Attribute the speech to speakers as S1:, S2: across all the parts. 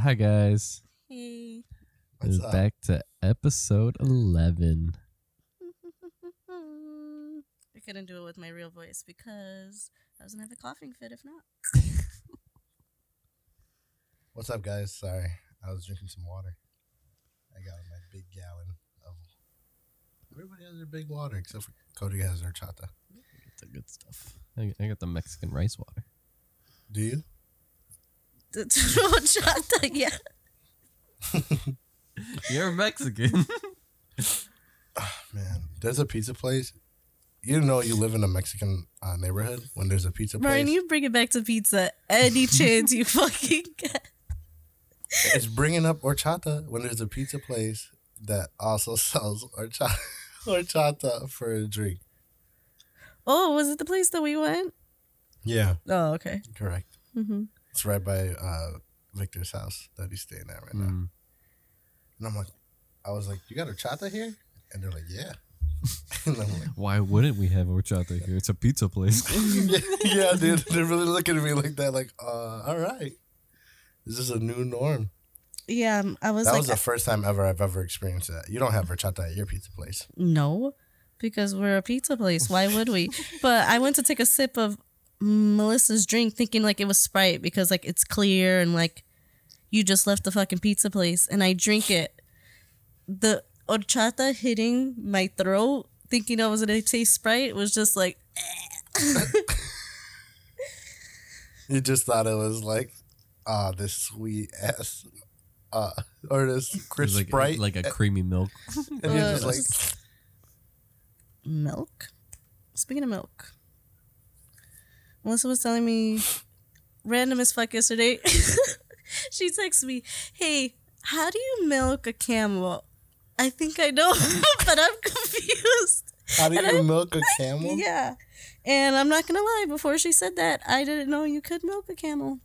S1: Hi guys.
S2: Hey.
S1: It's back to episode eleven.
S2: I couldn't do it with my real voice because I was gonna have a coughing fit if not.
S3: What's up, guys? Sorry, I was drinking some water. I got my big gallon of. Everybody has their big water except for Cody has their chata.
S1: It's the good stuff. I, I got the Mexican rice water.
S3: Do you?
S2: The chata, yeah.
S1: You're Mexican.
S3: Man, there's a pizza place. You know you live in a Mexican uh, neighborhood when there's a pizza place.
S2: Brian, you bring it back to pizza any chance you fucking get.
S3: It's bringing up horchata when there's a pizza place that also sells horchata, horchata for a drink.
S2: Oh, was it the place that we went?
S3: Yeah,
S2: Oh, okay.
S3: correct.
S2: Mm-hmm.
S3: It's right by uh, Victor's house that he's staying at right
S4: Mm-hmm.
S3: now.
S1: Mm.
S3: And I'm like, I was like, you got horchata here? And they're like, yeah. and I'm like,
S1: Why wouldn't we have horchata here? It's a pizza place.
S2: Mm-hmm.
S3: yeah, yeah, dude. They're really looking at me like that, like, uh, all right. This is a new norm.
S2: Yeah, um, I was
S3: that
S2: like,
S3: was the first time ever I've ever experienced that. You don't have horchata at your pizza place.
S2: no, because we're a pizza place. Why would we? but I went to take a sip of Melissa's drink, thinking like it was Sprite because like it's clear and like you just left the fucking pizza place, and I drink it. The horchata hitting my throat, thinking I was gonna taste Sprite, was just like
S3: You just thought it was like, ah, this sweet ass, uh, or this crisp
S1: like,
S3: Sprite.
S1: like a creamy milk.
S3: and you're
S2: uh,
S3: just like,
S2: milk. Speaking of milk, Melissa was telling me random as fuck yesterday. she texts me, "Hey, how do you milk a camel?" I think I know, but I'm confused.
S3: how do you milk a camel?
S2: Yeah, and I'm not gonna lie. Before she said that, I didn't know you could milk a camel,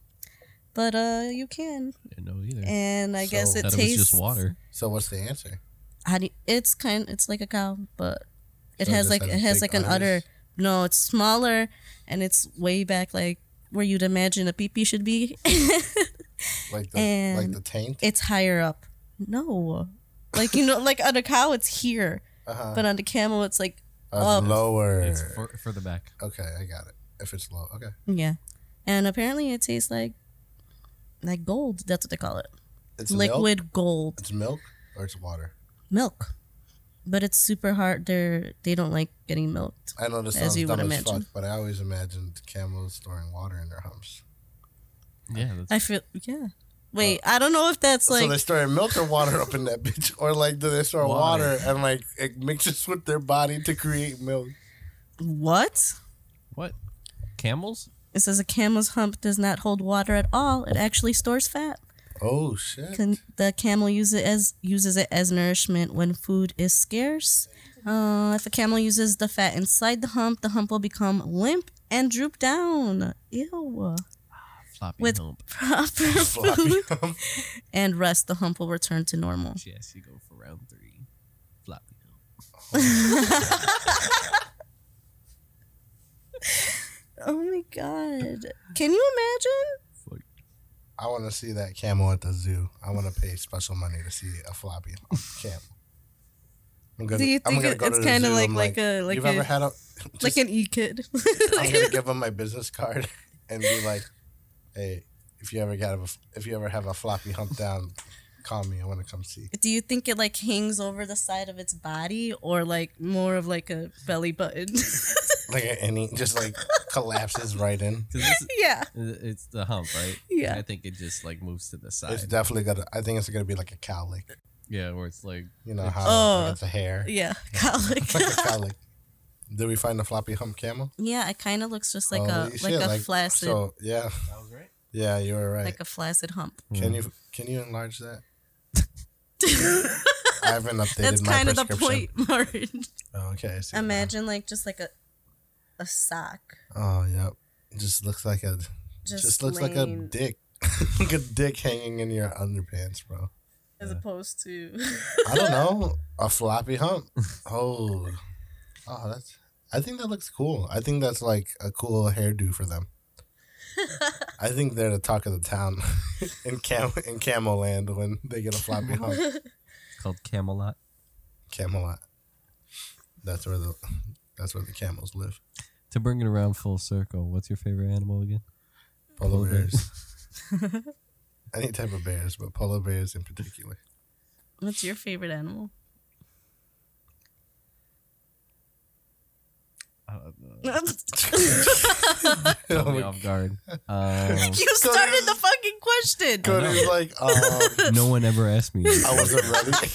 S2: but uh, you can.
S1: Didn't know either.
S2: And I guess
S3: So-
S2: it
S1: Thought
S2: tastes
S1: it was just water.
S3: So what's the answer?
S2: how do you, it's kind it's like a cow but it
S3: So it
S2: has
S3: just
S2: like
S3: has
S2: it has
S3: big
S2: like an
S3: udders?
S2: udder no it's smaller and it's way back like where you'd imagine a peepee should be
S3: Like the like
S2: And-
S3: the taint?
S2: it's higher up no like you know like on a cow it's here
S3: Uh-huh.
S2: but oh. on the camel it's like
S3: Uh,
S2: up.
S3: lower.
S1: It's for, further back.
S3: okay, I got it. If it's low, okay.
S2: yeah and apparently it tastes like like gold that's what they call it
S3: It's Milk?
S2: liquid gold
S3: It's milk or it's water.
S2: milk but it's super hard they're they don't like getting milked
S3: I know this
S2: As
S3: sounds
S2: you would
S3: dumb as
S2: imagine.
S3: fuck, but I always imagined camels storing water in their humps.
S1: Yeah, that's
S2: i feel yeah wait i don't know if that's like
S3: so they store milk or water up in that bitch, or like do they store
S1: Water.
S3: water. and like it mixes with their body to create milk?
S2: What?
S1: what? Camels?
S2: It says a camel's hump does not hold water at all. It actually stores fat.
S3: Oh shit!
S2: Can, the camel use it as uses it as nourishment when food is scarce. Uh, if a camel uses the fat inside the hump, the hump will become limp and droop down. Ew.
S1: Floppy
S2: With-
S1: hump.
S2: Proper
S3: Floppy
S2: food
S3: hump.
S2: and rest, the hump will return to normal.
S1: She has to go for round three. Floppy hump.
S2: Oh my god! Can you imagine?
S1: Fuck.
S3: I want to see that camel at the zoo. I want to pay special money to see a floppy hump camel. I'm gonna,
S2: Do you think it- it's
S3: to the
S2: kinda
S3: zoo,
S2: like-
S3: I'm
S2: like a- like
S3: you've
S2: a-
S3: ever had a
S2: like an e kid.
S3: I'm gonna give him my business card and be like, "Hey, if you ever got a, if you ever have a floppy hump down, call me. I want to come see."
S2: Do you think it like hangs over the side of its body or like more of like a belly button?
S3: Like and he just like collapses right in.
S1: 'Cause this- uh,
S2: yeah.
S1: it's the hump, right?
S2: Yeah.
S1: I think it just like moves to the side.
S3: It's definitely gonna. I think it's gonna be like a cowlick.
S1: yeah, where it's like
S3: You know how
S2: Oh.
S3: like it's a hair.
S2: Yeah. Cowlick.
S3: It's like a cowlick. Did we find the floppy hump camel?
S2: yeah, it kind of looks just like a
S3: Holy
S2: like
S3: shit,
S2: a flaccid
S3: So yeah,
S1: that was right.
S3: yeah, you were right.
S2: like a Hmm. flaccid hump.
S1: mm.
S3: can you can you enlarge that? I haven't updated
S2: That's
S3: my
S2: kind of the
S3: prescription.
S2: point, Martin.
S3: Oh, okay, I see it now.
S2: Imagine like just like a a sock.
S3: Oh yep, just looks like a
S2: Just,
S3: just looks like a
S2: laying
S3: dick. like a dick hanging in your underpants, bro.
S2: as opposed to
S3: I don't know. A floppy hump. Oh. Oh, that's I think that looks cool. I think that's like a cool hairdo for them. I think they're the talk of the town in Cam in Camo Land when they get a floppy hawk.
S4: called Camelot.
S3: Camelot. That's where the that's where the camels live.
S1: To bring it around full circle, what's your favorite animal again?
S3: Polar
S1: Polar bears.
S3: bears. Any type of bears, but polar bears in particular.
S2: What's your favorite animal?
S3: Oh
S1: Caught me off guard. Um,
S2: You started the fucking question.
S3: Cody's like, um,
S1: no one ever asked me.
S3: I wasn't ready.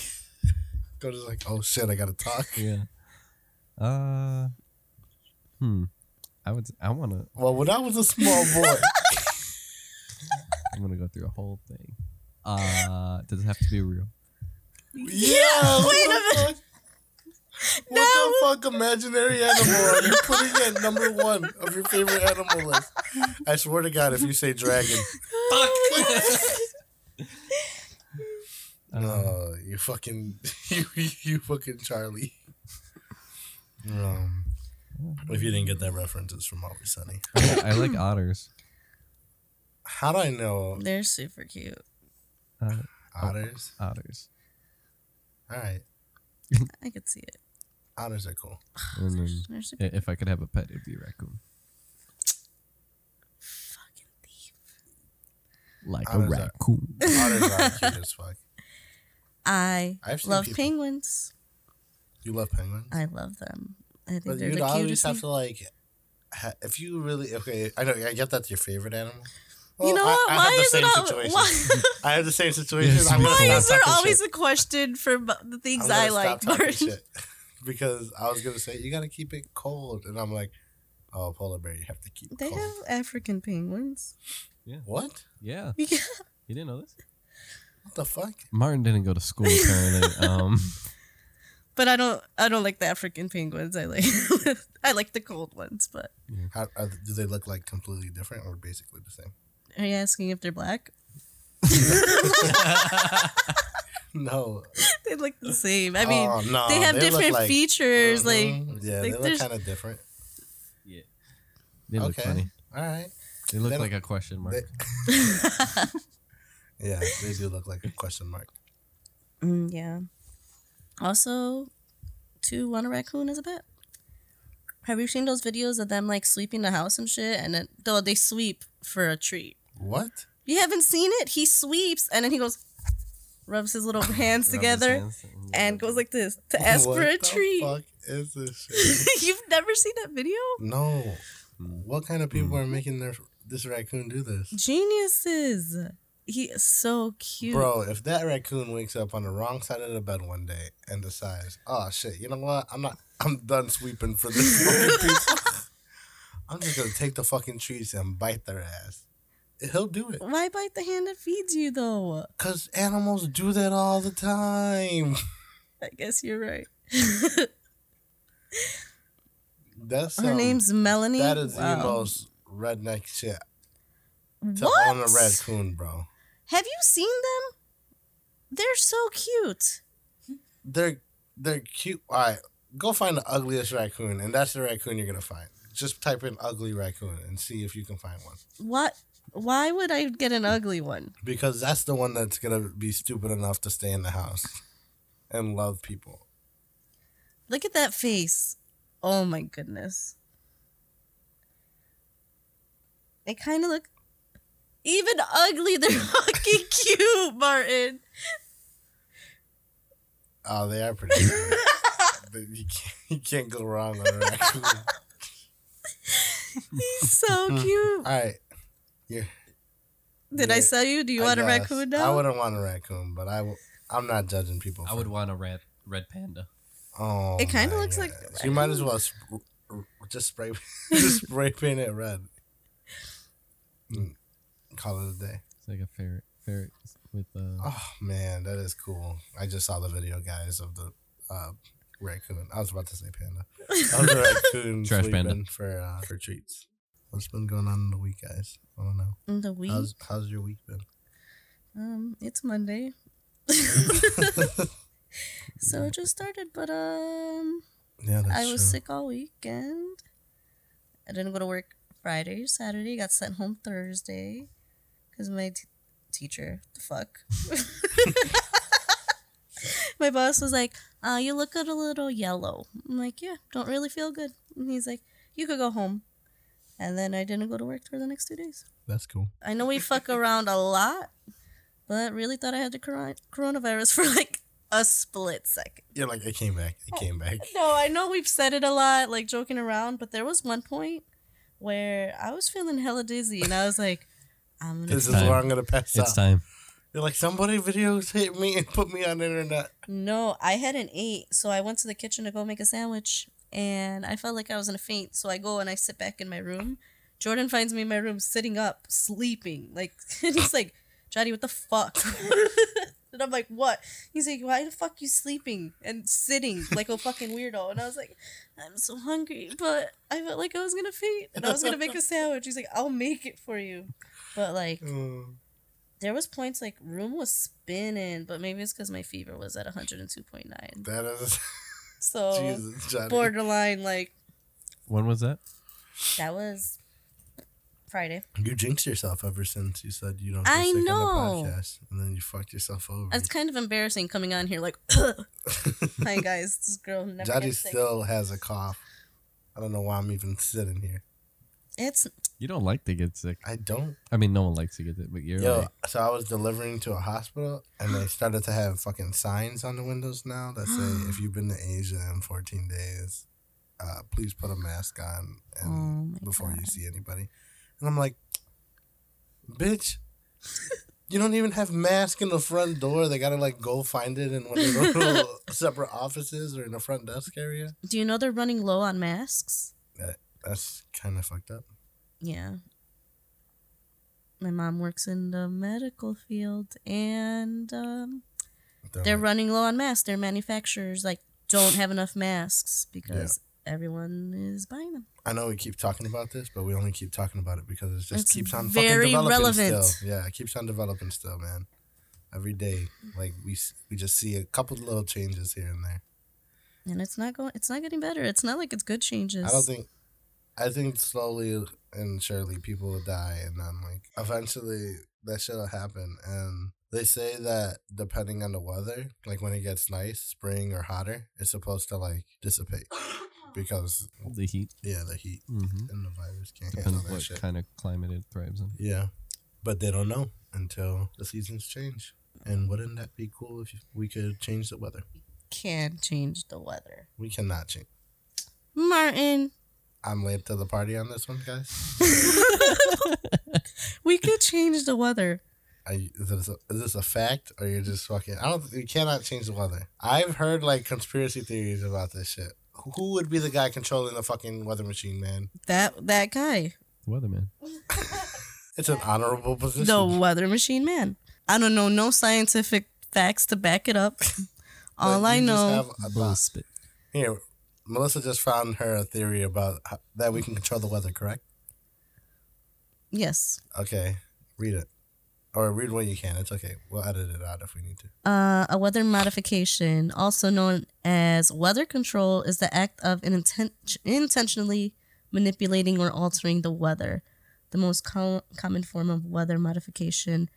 S3: Cody's like, oh shit, I gotta talk.
S1: Yeah. Uh. Hmm. I would. I want to.
S3: Well, when I was a small boy,
S1: I'm gonna go through a whole thing. Uh. Does it have to be real?
S3: yeah. what the fuck? What the fuck imaginary animal are you putting at number one of your favorite animal list? I swear to God, if you say dragon,
S4: Uh-huh.
S1: Uh,
S3: No, you fucking you you fucking Charlie. Um, if you didn't get that reference, it's from Always Sunny.
S1: I, I like otters.
S3: How do I know
S2: They're super cute.
S1: Uh,
S3: otters?
S1: otters.
S3: All right,
S2: I could see it.
S3: otters are cool.
S1: And then
S2: They're super
S1: i- if I could have a pet, it'd be a raccoon.
S2: fucking thief.
S1: Like
S3: Otters
S1: a
S3: are-
S1: raccoon.
S3: Otters are cute as fuck.
S2: I
S3: I've seen
S2: love
S3: people-
S2: penguins.
S3: You love penguins,
S2: I love them. I think
S3: but
S2: they're
S3: you'd
S2: the
S3: always
S2: cutest.
S3: have
S2: thing.
S3: to like. Ha- if you really okay, I know I get that's your favorite animal. Well,
S2: you know what?
S3: Oh, I, I
S2: why
S3: have the
S2: is
S3: same
S2: it
S3: situation.
S2: always? Why,
S3: I have the same situation.
S1: Yes,
S3: I'm gonna
S1: you
S2: why
S1: do.
S3: stop
S2: is there
S3: talking shit.
S2: always a question for bu- the
S3: I'm
S2: things
S3: gonna
S2: I like,
S3: stop talking
S2: Martin?
S3: shit. because I was gonna say you gotta keep it cold, and I'm like, oh, polar bear, you have to keep
S2: They
S3: cold.
S2: have African penguins.
S3: What?
S1: Yeah.
S2: Yeah.
S1: You didn't know this?
S3: What the fuck?
S1: Martin didn't go to school apparently. Um,
S2: But I don't. I don't like the African penguins. I like. I like the cold ones. But
S3: How, are, do they look like completely different or basically the same?
S2: are you asking if they're black?
S3: No,
S2: They look the same. I mean,
S3: Oh, no,
S2: they have
S3: look
S2: different
S3: like-
S2: features. Like
S3: Mhm. yeah,
S2: like
S3: they look
S2: there's-
S3: kind of different.
S1: they look
S3: Okay.
S1: funny.
S3: All right.
S1: They look
S3: They don't-
S1: like a question mark.
S3: They, Mm-hmm. yeah, they do look like a question mark.
S2: Mm, yeah. Also, to want a raccoon as a pet. Have you seen those videos of them like sweeping the house and shit? And then though they sweep for a treat.
S3: What?
S2: You haven't seen it? He sweeps and then he goes, rubs his little hands
S1: Rub his
S2: together,
S1: hands
S2: and goes like this to ask
S3: what
S2: for a
S3: the
S2: treat.
S3: Fuck is this? Shit?
S2: You've never seen that video?
S3: no.
S1: Mm.
S3: What kind of people are making their this raccoon do this?
S2: Geniuses. He is so cute.
S3: Bro, if that raccoon wakes up on the wrong side of the bed one day and decides, oh shit, you know what? I'm not, I'm done sweeping for this fucking piece. I'm just gonna take the fucking trees and bite their ass. He'll do it.
S2: Why bite the hand that feeds you though?
S3: Cause animals do that all the time.
S2: I guess you're right.
S3: That's
S2: Her name's Melanie.
S3: That is the
S2: Wow.
S3: most redneck shit to
S2: What?
S3: own a raccoon, bro.
S2: Have you seen them? They're so cute.
S3: They're they're cute. All right, go find the ugliest raccoon, and that's the raccoon you're gonna find. Just type in ugly raccoon and see if you can find one.
S2: What? Why would I get an ugly one?
S3: Because that's the one that's gonna be stupid enough to stay in the house and love people.
S2: Look at that face. Oh my goodness. They kind of look even ugly. They're fucking cute, Martin.
S3: Oh, they are pretty. good. but you can't, you can't go wrong with a raccoon.
S2: He's so cute.
S3: All right.
S2: Did I
S3: yeah,
S2: sell you? Do you
S3: I
S2: want a
S3: guess.
S2: raccoon
S3: I
S2: now?
S3: wouldn't want a raccoon, but I w- I'm not judging people.
S1: I
S3: for-
S1: would want a red red panda.
S3: Oh,
S2: It kinda
S3: my
S2: looks like
S3: gosh.
S2: a
S3: you might as
S2: raccoon.
S3: well sp- r- just spray just spray paint it red. Mm. Call it a day.
S1: It's like a ferret. Ferret with uh,
S3: Oh man, that is cool. I just saw the video, guys, of the uh, raccoon. I was about to say panda. Of the raccoon
S1: Trash
S3: sleeping
S1: panda.
S3: for uh, for treats. What's been going on in the week, guys? I don't know.
S2: In the week.
S3: How's how's your week been?
S2: Um, it's Monday. so it just started, but um
S3: Yeah, that's
S2: I was
S3: true.
S2: sick all weekend. I didn't go to work Friday, Saturday. Got sent home Thursday because my t- teacher, the fuck. my boss was like, uh, "You look a little yellow." I'm like, "Yeah, don't really feel good." And he's like, "You could go home." And then I didn't go to work for the next two days.
S3: That's cool.
S2: I know we fuck around a lot, but really thought I had the coron- coronavirus for like a split second.
S3: Yeah, like it came back. It came back.
S2: No, I know we've said it a lot, like joking around, but there was one point where I was feeling hella dizzy and I was like, I'm gonna.
S3: This is
S1: time.
S3: where I'm gonna pass
S1: It's
S3: out.
S1: time.
S3: You're like somebody videos hit me and put me on the internet.
S2: No, I had an eight, so I went to the kitchen to go make a sandwich and I felt like I was in a faint, so I go and I sit back in my room. Jordan finds me in my room sitting up, sleeping. Like, and he's like, Johnny, what the fuck? and I'm like, what? He's like, why the fuck you sleeping and sitting like a fucking weirdo? And I was like, I'm so hungry, but I felt like I was gonna faint and I was gonna make a sandwich. He's like, I'll make it for you. But like,
S3: Mm.
S2: there was points like room was spinning, but maybe it's because my fever was at 102.9.
S3: That is
S2: So
S3: Jesus, Johnny.
S2: borderline, like
S1: When was that?
S2: that was Friday.
S3: You jinxed yourself ever since you said you don't. Get
S2: I
S3: sick
S2: know.
S3: On the podcast, and then you fucked yourself over.
S2: It's kind of embarrassing coming on here like, hi guys, this girl never
S3: Johnny
S2: gets sick.
S3: still has a cough. I don't know why I'm even sitting here.
S2: It's
S1: You don't like to get sick.
S3: I don't.
S1: I mean, no one likes to get sick, but you're
S3: Yo,
S1: like,
S3: so I was delivering to a hospital, and they started to have fucking signs on the windows now that say, "If you've been to Asia in 14 days, uh, please put a mask on
S2: oh
S3: and
S2: my
S3: um, before
S2: god.
S3: you see anybody." And I'm like, "Bitch, you don't even have mask in the front door. They gotta like go find it in one of the little separate offices or in the front desk area.
S2: Do you know they're running low on masks?
S3: That's kind of fucked up."
S2: Yeah. My mom works in the medical field and um,
S3: They're
S2: they're
S3: like,
S2: running low on masks. Their manufacturers like don't have enough masks because everyone is buying them.
S3: I know we keep talking about this, but we only keep talking about it because it just
S2: It's
S3: keeps on
S2: very
S3: fucking developing
S2: relevant.
S3: still. Yeah, it keeps on developing still, man. Every day, like we s- we just see a couple little changes here and there.
S2: And it's not going it's not getting better. It's not like it's good changes.
S3: I don't think, I think slowly and surely people will die, and then like eventually that shit'll happen. And they say that depending on the weather, like when it gets nice, spring or hotter, it's supposed to like dissipate because
S1: the heat.
S3: yeah, the heat
S1: Mm-hmm.
S3: and the virus can't handle
S1: Depends
S3: that
S1: what
S3: shit.
S1: kind of climate it thrives in.
S3: Yeah, but they don't know until the seasons change. And wouldn't that be cool if we could change the weather?
S2: can change the weather.
S3: We cannot change.
S2: Martin,
S3: I'm late to the party on this one, guys.
S2: we could change the weather.
S3: Are you, is, this a, is this a fact or you're just fucking? I don't. You cannot change the weather. I've heard like conspiracy theories about this shit. Who would be the guy controlling the fucking weather machine, man?
S2: That that guy,
S1: The weatherman.
S3: It's an honorable position.
S2: the weather machine man. I don't know no scientific facts to back it up.
S3: But
S2: All I
S3: you just
S2: know.
S3: have a thought.
S1: Bullspit.
S3: Here, Melissa just found her a theory about how, that we can control the weather. Correct?
S2: yes.
S3: Okay, read it. Or read what you can. It's okay. We'll edit it out if we need to.
S2: Uh, a weather modification, also known as weather control, is the act of an inten- intentionally manipulating or altering the weather. The most com- common form of weather modification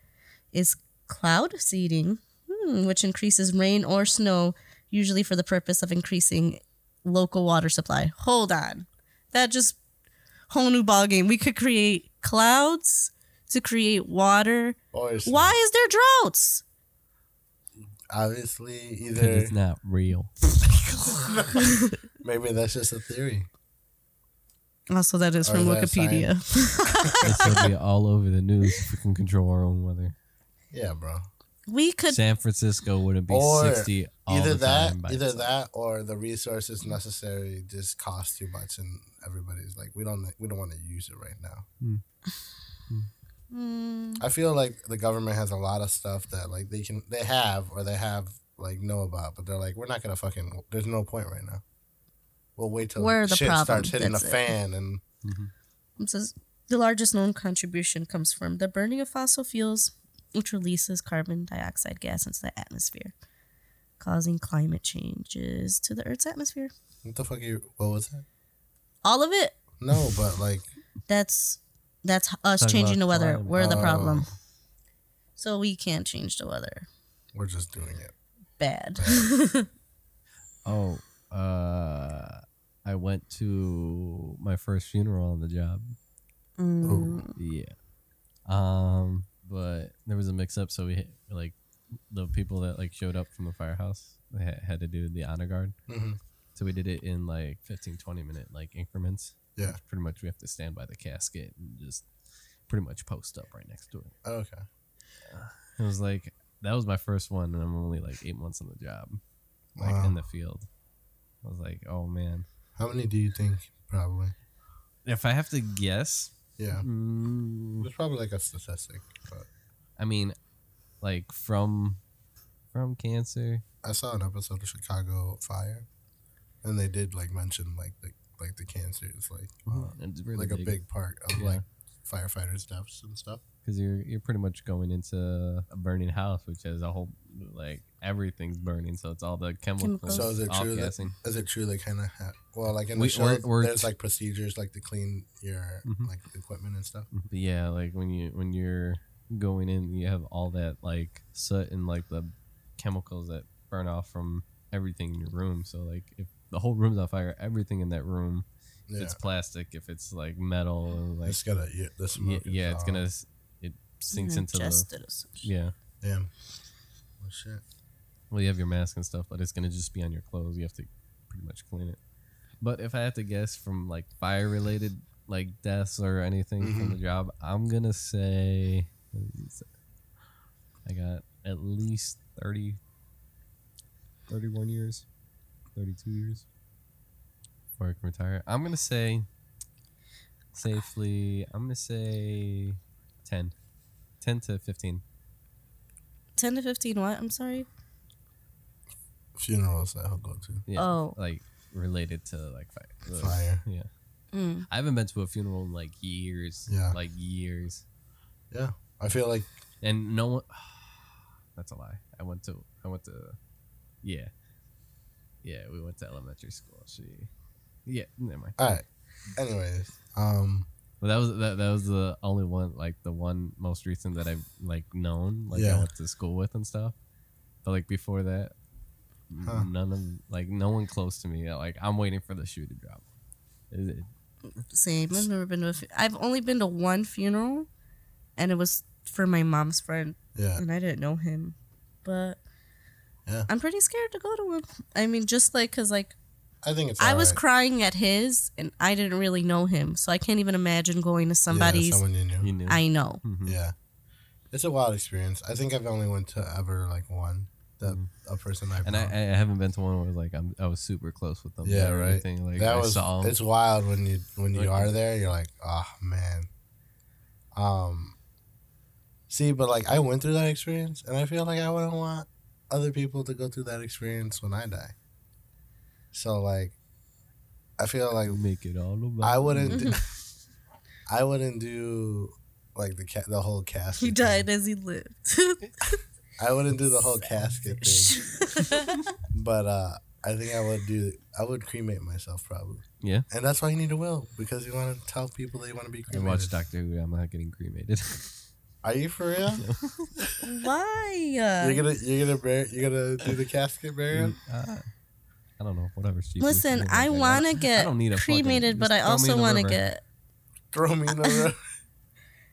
S2: is cloud seeding, hmm, which increases rain or snow, usually for the purpose of increasing local water supply. Hold on. That just whole new ballgame. We could create clouds to create water.
S3: Or it's
S2: Why is there droughts?
S3: obviously
S1: 'Cause
S3: either
S1: it's not real.
S3: maybe that's just a theory.
S2: Also, that is
S3: Or
S2: from
S3: is that
S2: Wikipedia.
S1: It's gonna be all over the news if we can control our own weather.
S3: Yeah, bro.
S2: We could.
S1: San Francisco wouldn't be
S3: Or
S1: sixty all
S3: either
S1: the
S3: that,
S1: time. by
S3: either
S1: itself.
S3: that, or the resources necessary just cost too much, and everybody's like, we don't, we don't want to use it right now.
S2: Mm,
S3: I feel like the government has a lot of stuff that like they can, they have, or they have like know about, but they're like, we're not gonna fucking. There's no point right now. We'll wait till
S2: We're the
S3: shit
S2: problem,
S3: starts hitting the
S2: that's it.
S3: fan, and
S1: Mm-hmm.
S2: it says the largest known contribution comes from the burning of fossil fuels, which releases carbon dioxide gas into the atmosphere, causing climate changes to the Earth's atmosphere.
S3: what the fuck? Are you, what was that?
S2: All of it.
S3: No, but like
S2: That's that's us
S4: Talking
S2: changing
S4: about
S2: the weather.
S4: climate.
S2: We're the
S3: Oh.
S2: problem. So we can't change the weather.
S3: We're just doing it.
S2: Bad.
S4: Oh, uh, I went to my first funeral on the job.
S2: Mm.
S4: Yeah. Um, but there was a mix up, so we hit, like the people that like showed up from the firehouse they had, had to do the honor guard.
S3: Mhm.
S4: So we did it in like 15, 20 minute like increments.
S3: Yeah.
S4: Which pretty much we have to stand by the casket and just pretty much post up right next to it.
S3: Okay.
S4: It was like that was my first one, and I'm only like eight months on the job, like
S3: Wow.
S4: in the field. I was like, oh man.
S3: How many do you think? Probably.
S4: If I have to guess,
S3: Yeah.
S4: mm,
S3: There's probably like a statistic, but
S4: I mean, like from from cancer.
S3: I saw an episode of Chicago Fire, and they did like mention like the like the cancer is like uh,
S4: It's really
S3: like a big part of
S4: Yeah.
S3: like firefighters' deaths and stuff.
S4: because you're you're pretty much going into a burning house, which has a whole like everything's burning, so it's all the chemicals.
S2: Chemicals.
S3: So is it true that-
S4: off-gassing.
S3: Is it true they kind of have? Well, like in the
S4: We-
S3: show,
S4: we're- we're-
S3: there's like procedures like to clean your
S4: Mhm.
S3: like equipment and stuff.
S4: But yeah, like when you when you're going in, you have all that like soot and like the chemicals that burn off from everything in your room. So like if the whole room's on fire, everything in that room, if
S3: Yeah,
S4: it's plastic, if it's like metal, and, like
S3: it's gonna yeah, the
S4: yeah,
S3: smoke is
S4: yeah, it's
S3: all-
S4: gonna s- it
S2: Mm,
S4: sinks into the
S2: Justice.
S4: yeah.
S3: damn. Oh shit.
S4: Well, you have your mask and stuff, but it's gonna just be on your clothes. You have to pretty much clean it. But if I had to guess from like fire related like deaths or anything from the job, I'm gonna say I got at least 30, 31 years, 32 years before I can retire. I'm gonna say safely, I'm gonna say 10, 10 to 15.
S2: 10 to 15 what? I'm sorry.
S3: Funerals that I'll go to.
S4: Yeah,
S2: Oh.
S4: like related to like fire.
S3: Fire.
S4: Yeah.
S2: Mm.
S4: I haven't been to a funeral in like years.
S3: Yeah.
S4: Like years.
S3: Yeah, I feel like
S4: And no one That's a lie. I went to I went to Yeah. Yeah, we went to elementary school. She Yeah, never mind.
S3: all right. Anyways, um,
S4: But that was that, that was the only one like the one most recent that I've like known, like
S3: Yeah.
S4: I went to school with and stuff. But like before that
S3: Huh.
S4: none of like no one close to me. Like I'm waiting for the shoe to drop. It- it-
S2: Same. I've never been to a fu- I've only been to one funeral and it was for my mom's friend
S3: yeah,
S2: and I didn't know him. But
S3: Yeah.
S2: I'm pretty scared to go to one. I mean, just like cuz like
S3: I think it's.
S2: I was
S3: alright.
S2: crying at his and I didn't really know him, so I can't even imagine going to
S3: Yeah,
S2: somebody's
S3: someone you knew.
S4: you knew.
S2: I know.
S4: Mhm.
S3: Yeah, it's a wild experience. I think I've only went to ever like one that
S4: Mhm.
S2: Mm-hmm.
S3: a person I've
S4: And I, I
S3: known.
S4: haven't been to one where like I'm, I was super close with them.
S3: Yeah,
S4: or
S3: right.
S4: Anything. Like
S3: that
S4: I
S3: was
S4: saw 'em.
S3: it's wild when you when you
S4: Like-
S3: are there. You're like, oh man. Um. See, but like I went through that experience, and I feel like I wouldn't want other people to go through that experience when I die. So like, I feel like
S4: make it all about.
S3: I wouldn't. Do, I wouldn't do like the ca- the whole casket.
S2: He
S3: thing.
S2: died as he lived.
S3: I wouldn't do the whole casket thing, but uh, I think I would do. I would cremate myself probably.
S4: Yeah.
S3: And that's why you need a will because you want to tell people that you want to be
S4: I
S3: cremated.
S4: watched Doctor Who. I'm not getting cremated.
S3: Are you for real?
S2: Why?
S3: you're gonna you're gonna bur- you're gonna do the casket burial?
S4: Uh, I don't know. Whatever. cheap.
S2: Listen, I want to get
S4: don't need a fucking-
S2: cremated, but
S4: just
S2: I
S4: throw me in
S2: also
S4: the
S2: want to
S4: river.
S2: get.
S3: Throw me in the river.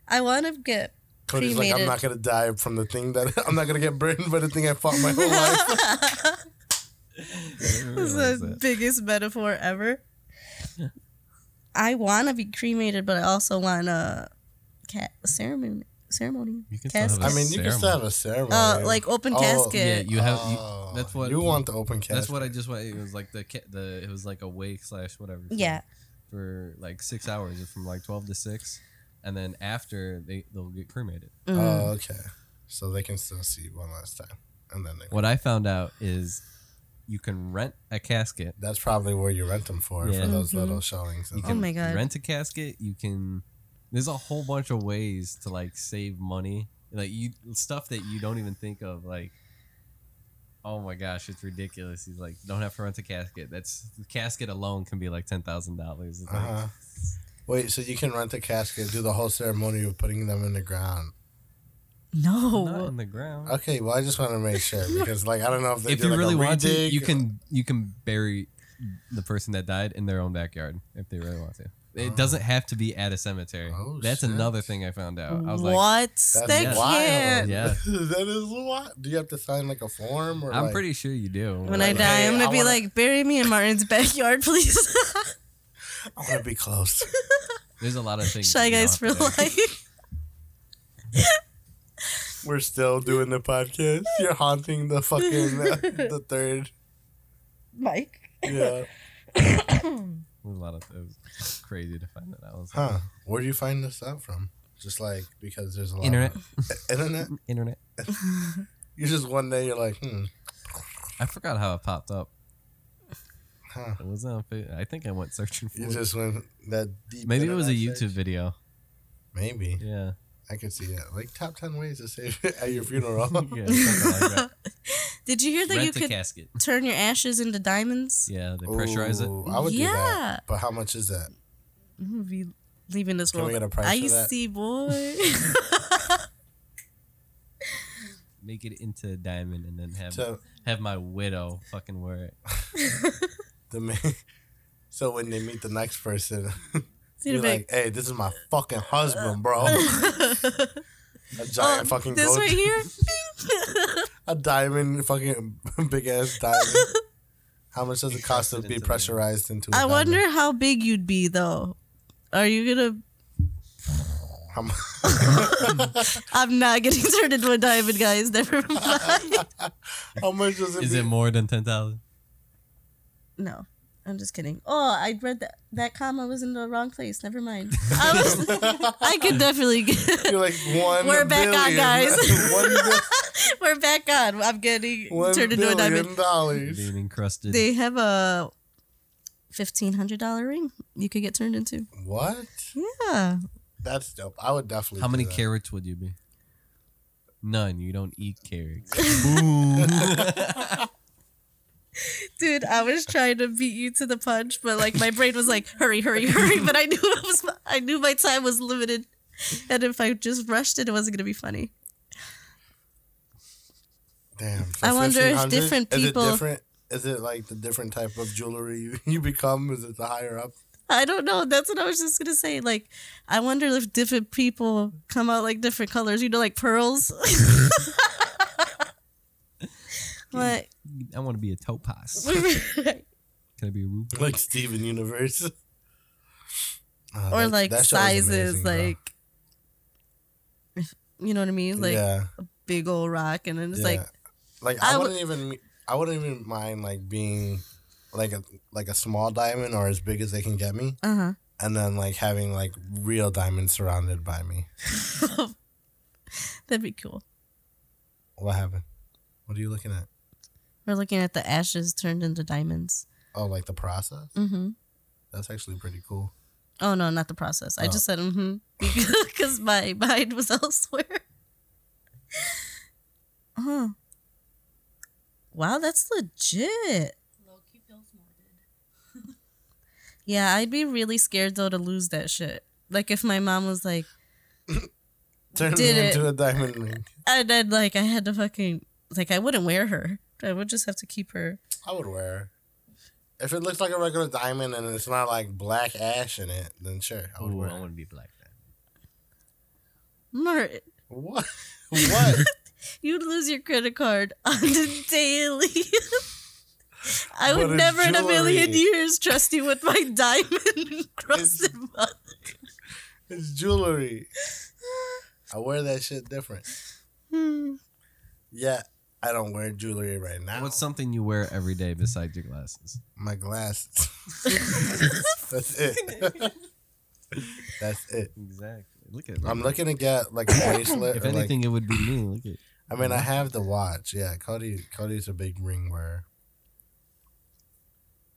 S2: I want to get.
S3: Cody's like, I'm
S2: Cremated.
S3: not gonna die from the thing that I'm not gonna get burned by the thing I fought my whole life.
S2: This is the biggest metaphor ever. I want to be cremated, but I also want a cat ceremony. Ceremony.
S4: You can
S2: Casket.
S4: still
S3: I
S4: have a
S3: mean, you can still
S4: ceremony.
S3: have a ceremony.
S2: Uh, like open
S3: Oh,
S4: Yeah,
S2: casket.
S4: you have. you-
S3: Oh,
S4: that's what
S3: you want the open casket.
S4: That's what I just want. It was like the ca- the it was like a wake slash whatever. for-
S2: Yeah.
S4: For like six hours, from like twelve to six, and then after they they'll get cremated.
S2: Mm.
S4: uh,
S3: Oh, okay. So they can still see you one last time, and then they.
S4: What I found out is, you can rent a casket
S3: That's probably where you rent them for
S4: Yeah.
S3: for those
S2: Mhm.
S3: little showings.
S4: You
S3: And
S2: Oh
S4: can
S2: my God.
S4: rent a casket. You can. There's a whole bunch of ways to like save money, like you stuff that you don't even think of. Like, oh my gosh, it's ridiculous. He's like, don't have to rent a casket. That's the casket alone can be like ten thousand dollars. It's like,
S3: Uh-huh. Wait, so you can rent a casket, do the whole ceremony of putting them in the ground.
S4: Not
S2: No.
S4: in the ground.
S3: Okay, well, I just want to make sure because, like, I don't know if they
S4: if you
S3: do, like, a
S4: really want to,
S3: redig
S4: you
S3: or-
S4: can you can bury the person that died in their own backyard if they really want to. It doesn't have to be at a cemetery.
S3: Oh,
S4: That's
S3: shit.
S4: another thing I found out. I was like,
S2: what? They
S3: wild.
S2: can't.
S4: Yeah.
S3: that is wild. Do you have to sign like a form or?
S4: I'm
S3: like-
S4: pretty sure you do.
S2: When I
S3: Like,
S2: die,
S3: hey,
S2: I'm gonna
S3: I
S2: be
S3: wanna-
S2: like, bury me in Martin's backyard, please.
S3: I want to be close.
S4: There's a lot of things.
S2: Shy
S4: you don't
S2: guys
S4: have
S2: for
S4: to do.
S2: life.
S3: We're still doing the podcast. You're haunting the fucking uh, the third.
S2: Mike.
S3: Yeah.
S4: There's a lot of it was crazy to find that out. I was like,
S3: Huh? Where do you find this out from? Just like because there's a lot
S4: Internet,
S3: of internet.
S4: internet.
S3: You just one day you're like, hmm,
S4: I forgot how it popped up.
S3: huh?
S4: It was on. Fa- I think I went searching for
S3: You
S4: it.
S3: just went that deep.
S4: Maybe it was a
S3: internet
S4: YouTube
S3: search.
S4: video.
S3: Maybe
S4: Yeah.
S3: I could see it. Like top ten ways to save it at your funeral.
S4: yeah something like that.
S2: Did you hear that
S4: Rent
S2: you
S4: a
S2: could
S4: casket.
S2: turn your ashes into diamonds?
S4: Yeah, they pressurize it.
S3: Ooh, I would do
S2: Yeah.
S3: that. But how much is that?
S2: I'm gonna be leaving this
S3: Can we
S2: world.
S3: get a price for that?
S2: Icy boy.
S4: Make it into a diamond and then have
S3: So
S4: have my widow fucking wear it.
S3: the man. So when they meet the next person,
S2: See
S3: you're
S2: the
S3: like,
S2: big-
S3: "Hey, this is my fucking husband, bro." A giant
S2: Oh,
S3: um, fucking
S2: this
S3: gold,
S2: right here.
S3: a diamond, fucking big ass diamond. How much does it cost to
S4: It
S3: be
S4: into the-
S3: pressurized into? a
S2: I
S3: diamond?
S2: wonder how big you'd be though. Are you gonna?
S3: How mu-
S2: I'm not getting turned into a diamond, guys. Never mind.
S3: How much does it?
S4: Is
S3: be?
S4: it more than ten thousand?
S2: No, I'm just kidding. Oh, I read that that comma was in the wrong place. Never mind. I, was, I could definitely get.
S3: You're like one.
S2: We're back on,
S3: billion-
S2: guys.
S3: one bi-
S2: We're back on. I'm getting
S3: one
S2: turned into a diamond.
S3: billion dollars.
S4: Being encrusted.
S2: They have a fifteen hundred dollar ring you could get turned into.
S3: What?
S2: Yeah,
S3: That's dope. I would definitely.
S4: How
S3: do
S4: many
S3: that.
S4: carrots would you be? None. You don't eat carrots.
S2: dude. I was trying to beat you to the punch, but like my brain was like, hurry, hurry, hurry. But I knew it was. I knew my time was limited, and if I just rushed it, it wasn't gonna be funny.
S3: Damn. for
S2: I wonder if
S3: 1500?
S2: different
S3: Is
S2: people-
S3: it different? Is it like the different type of jewelry you, you become? Is it the higher up?
S2: I don't know. That's what I was just gonna say. Like, I wonder if different people come out like different colors. You know, like pearls. like,
S4: I want to be a topaz.
S2: or
S4: Can I be a ruby?
S3: like Steven Universe. Ah, that-
S2: like
S3: that show was
S2: sizes,
S3: amazing, bro.
S2: like. if- You know what I mean? Like
S3: yeah,
S2: big old rock, and then it's
S3: yeah.
S2: like
S3: like I,
S2: I w-
S3: wouldn't even I wouldn't even mind like being like a like a small diamond or as big as they can get me,
S2: uh
S3: and then like having like real diamonds surrounded by me.
S2: huh. That'd be cool.
S3: What happened? What are you looking at?
S2: We're looking at the ashes turned into diamonds.
S3: Oh, like the process.
S2: Mm-hmm.
S3: That's actually pretty cool.
S2: Oh no, not the process. I
S3: Oh.
S2: just said mm-hmm because my mind was elsewhere. Huh. Wow, that's legit.
S5: Loki feels morbid.
S2: Yeah, I'd be really scared though to lose that shit. Like if my mom was like,
S3: Turn
S2: Did
S3: me
S2: it.
S3: into a diamond ring.
S2: and then like I had to fucking like I wouldn't wear her. I would just have to keep her.
S3: I would wear. it. If it looks like a regular diamond and it's not like black ash in it, then sure, I would
S4: Ooh,
S3: wear.
S4: I
S3: it.
S4: want to be black. Then.
S2: Mart,
S3: What? what?
S2: you'd lose your credit card on the daily. I
S3: But
S2: would
S3: it's
S2: never in a million
S3: jewelry.
S2: years trust you with my diamond crusted mother.
S3: It's jewelry. I wear that shit different.
S2: Hmm.
S3: Yeah, I don't wear jewelry right now.
S4: What's something you wear every day besides your glasses?
S3: My glasses. That's it. That's it.
S4: Exactly. Look at it.
S3: I'm looking to get like a bracelet.
S4: if
S3: or, like-
S4: anything, it would be me. Look at.
S3: I mean, I have the watch. Yeah, Cody. Cody's a big ring wearer.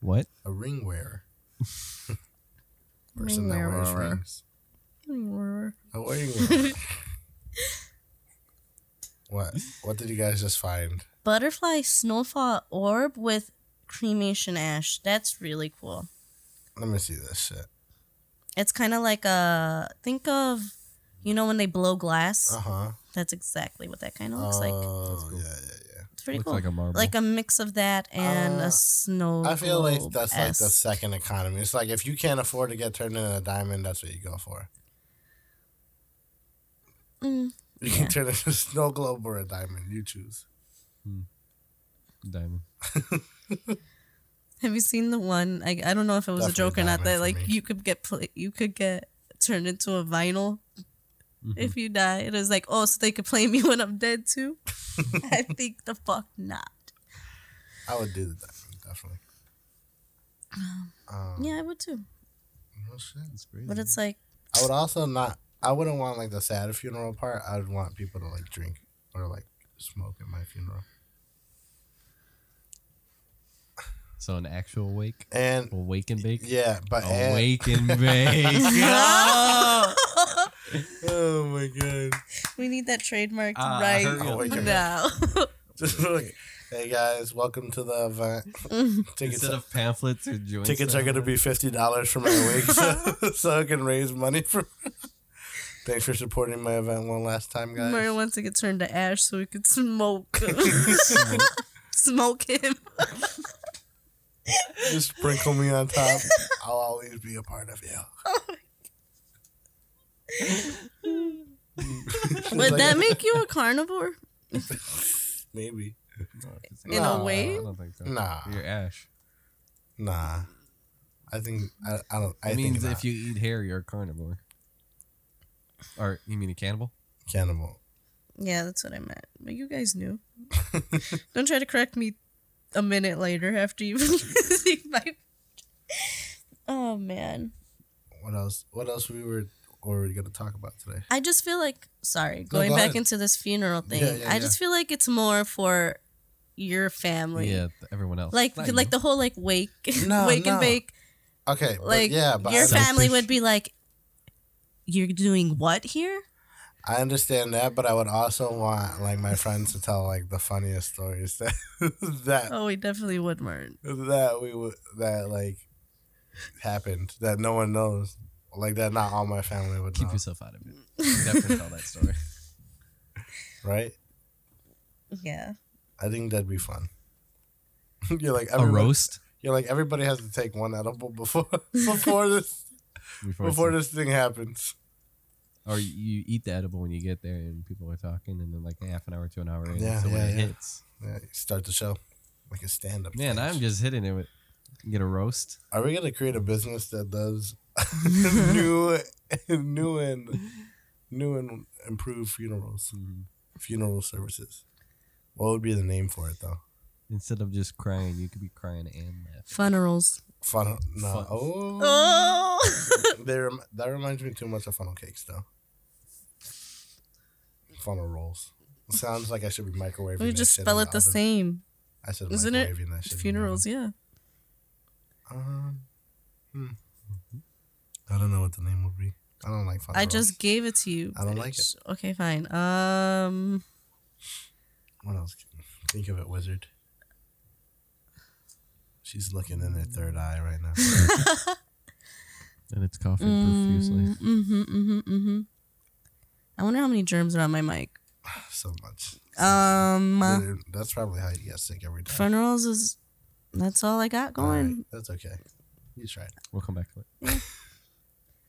S4: What?
S3: A ring wearer.
S2: Ring
S3: Person that wears
S2: wearer.
S3: rings.
S2: What
S3: A ring wearer. what? What did you guys just find?
S2: butterfly snowfall orb with cremation ash. That's really cool.
S3: Let me see this shit.
S2: It's kind of like a think of, you know, when they blow glass.
S3: Uh huh.
S2: That's exactly what that kind of looks like.
S3: Oh
S4: cool.
S3: yeah, yeah, yeah.
S2: It's pretty
S4: Looks
S2: cool.
S4: like
S2: Like
S4: a marble.
S2: a, mix of that and
S3: Uh,
S2: a snow.
S3: I feel like that's like the
S2: globe-esque.
S3: second economy. It's like if you can't afford to get turned into a diamond, that's what you go for.
S2: Mm,
S3: You can
S2: Yeah.
S3: turn into a snow globe or a diamond. You choose.
S4: diamond.
S2: Have you seen the one? I, I don't know if it was
S3: Definitely
S2: a joke or not.
S3: diamond
S2: That
S3: for
S2: like
S3: me.
S2: you could get pla you could get turned into a vinyl
S4: Mhm.
S2: if you die. It was like oh, so they could play me when I'm dead too. I think the fuck not.
S3: I would do the diamond definitely. Um,
S2: Yeah, I would too.
S3: no shit.
S4: That's crazy.
S2: But it's like
S3: I would also not. I wouldn't want like the sad funeral part. I would want people to like drink or like smoke at my funeral.
S4: so an actual wake,
S3: And
S4: well, wake and bake,
S3: yeah,
S2: Oh,
S3: but
S4: a
S3: and-
S4: wake and bake. Ah!
S3: oh my god.
S2: we need that trademarked
S4: Ah, I
S2: right
S4: heard you.
S3: Oh, wait, you're
S2: now.
S3: Just like, hey guys, welcome to the event. tickets
S4: Instead of pamphlets or joints,
S3: tickets are
S4: now,
S3: going to be fifty dollars for my wig, so, so I can raise money for. Thanks for supporting my event one last time, guys.
S2: Murray wants to get turned to ash so we could smoke smoke him.
S3: Just sprinkle me on top. I'll always be a part of you. She's
S2: Would
S3: like,
S2: that make you a carnivore?
S3: maybe?
S4: no, it's-
S2: In
S3: Nah.
S2: a way?
S4: I don't think so.
S3: Nah.
S4: You're ash.
S3: Nah, I think I, I don't. I
S4: It
S3: think
S4: means
S3: not.
S4: if you eat hair, you're a carnivore. Or you mean a cannibal?
S3: cannibal.
S2: Yeah, that's what I meant. But you guys knew. Don't try to correct me a minute later after you've seen my. Oh man,
S3: What else? What else we were were we gonna talk about today?
S2: I just feel like sorry going
S3: go
S2: back
S3: ahead.
S2: into this funeral thing.
S3: Yeah, yeah,
S2: I just feel like it's more for your family.
S4: yeah, th- everyone else.
S2: Like,
S4: Not you.
S2: like the whole like wake,
S3: No,
S2: wake
S3: no.
S2: and bake.
S3: Okay,
S2: Like,
S3: but yeah, but
S2: your
S3: I,
S4: fa-
S2: family
S4: Selfish.
S2: would be like, "You're doing what here?"
S3: I understand that, but I would also want like my friends to tell like the funniest stories that that
S2: Oh, we definitely would, Martin.
S4: Oh.
S3: that we would that like happened that no one knows, like that not all my family would
S4: keep
S3: know,
S4: yourself out of it. Definitely tell that story.
S3: right?
S2: Yeah.
S3: I think that'd be fun. you're like
S4: A
S3: everyone-
S4: roast
S3: You're like everybody has to take one edible before before this
S4: before,
S3: before
S4: it's-
S3: this thing happens.
S4: or you eat the edible when you get there, and people are talking, and then like half an hour to an hour in,
S3: Yeah,
S4: so when
S3: yeah,
S4: it
S3: yeah.
S4: hits,
S3: Yeah, you start the show like a stand up.
S4: man, I'm just hitting it with get a roast.
S3: Are we gonna create a business that does new, new and new and improved funerals, funeral services? What would be the name for it though?
S4: Instead of just crying, you could be crying and laughing.
S2: Funerals.
S3: Funnel? No.
S4: Fun-
S3: Oh,
S2: Oh.
S3: they rem- that reminds me too much of funnel cakes though. Funnel rolls. Sounds like I should be microwaving.
S2: we
S3: that
S2: just
S3: shit in
S2: spell it the
S3: oven.
S2: same.
S3: I should be
S2: Isn't it?
S3: microwaving that shit in the
S2: Funerals, yeah.
S3: oven. Um, hmm. I don't know what the name would be. I don't like funnel
S2: I
S3: rolls.
S2: just gave it to you.
S3: I don't like
S2: bitch. Okay, fine. Um,
S3: What else? can- Think of it, wizard. She's looking in her third eye right now.
S4: And it's coughing
S2: mm,
S4: profusely.
S2: hmm hmm hmm I wonder how many germs are on my mic.
S3: so much.
S2: Um, uh,
S3: Dude, That's probably how you get sick every time.
S2: funerals is that's all I got
S3: All right,
S2: going.
S3: that's okay. You tried.
S4: We'll come back to it.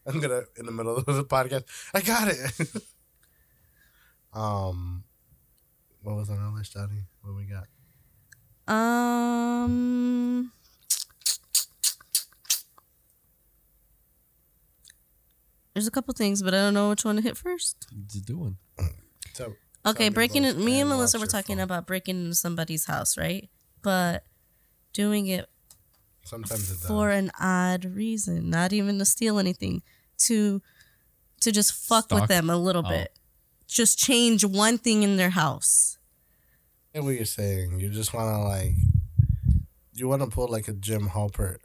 S3: I'm gonna in the middle of the podcast. I got it. um, what was on our list, Daddy? What we got?
S2: Um, there's a couple things, but I don't know which one to hit first.
S4: Just do one.
S3: So
S2: Okay,
S3: Something
S2: breaking
S3: goes
S2: it. Me and
S3: and
S2: Melissa
S3: watch
S2: were
S3: your
S2: talking
S3: phone.
S2: about breaking into somebody's house, right? But doing it
S3: sometimes it's
S2: for an odd reason, not even to steal anything, to to just fuck
S4: Stalk?
S2: with them a little
S4: Oh.
S2: bit, just change one thing in their house.
S3: I get what you're saying. You just want to like, you want to pull like a Jim Halpert,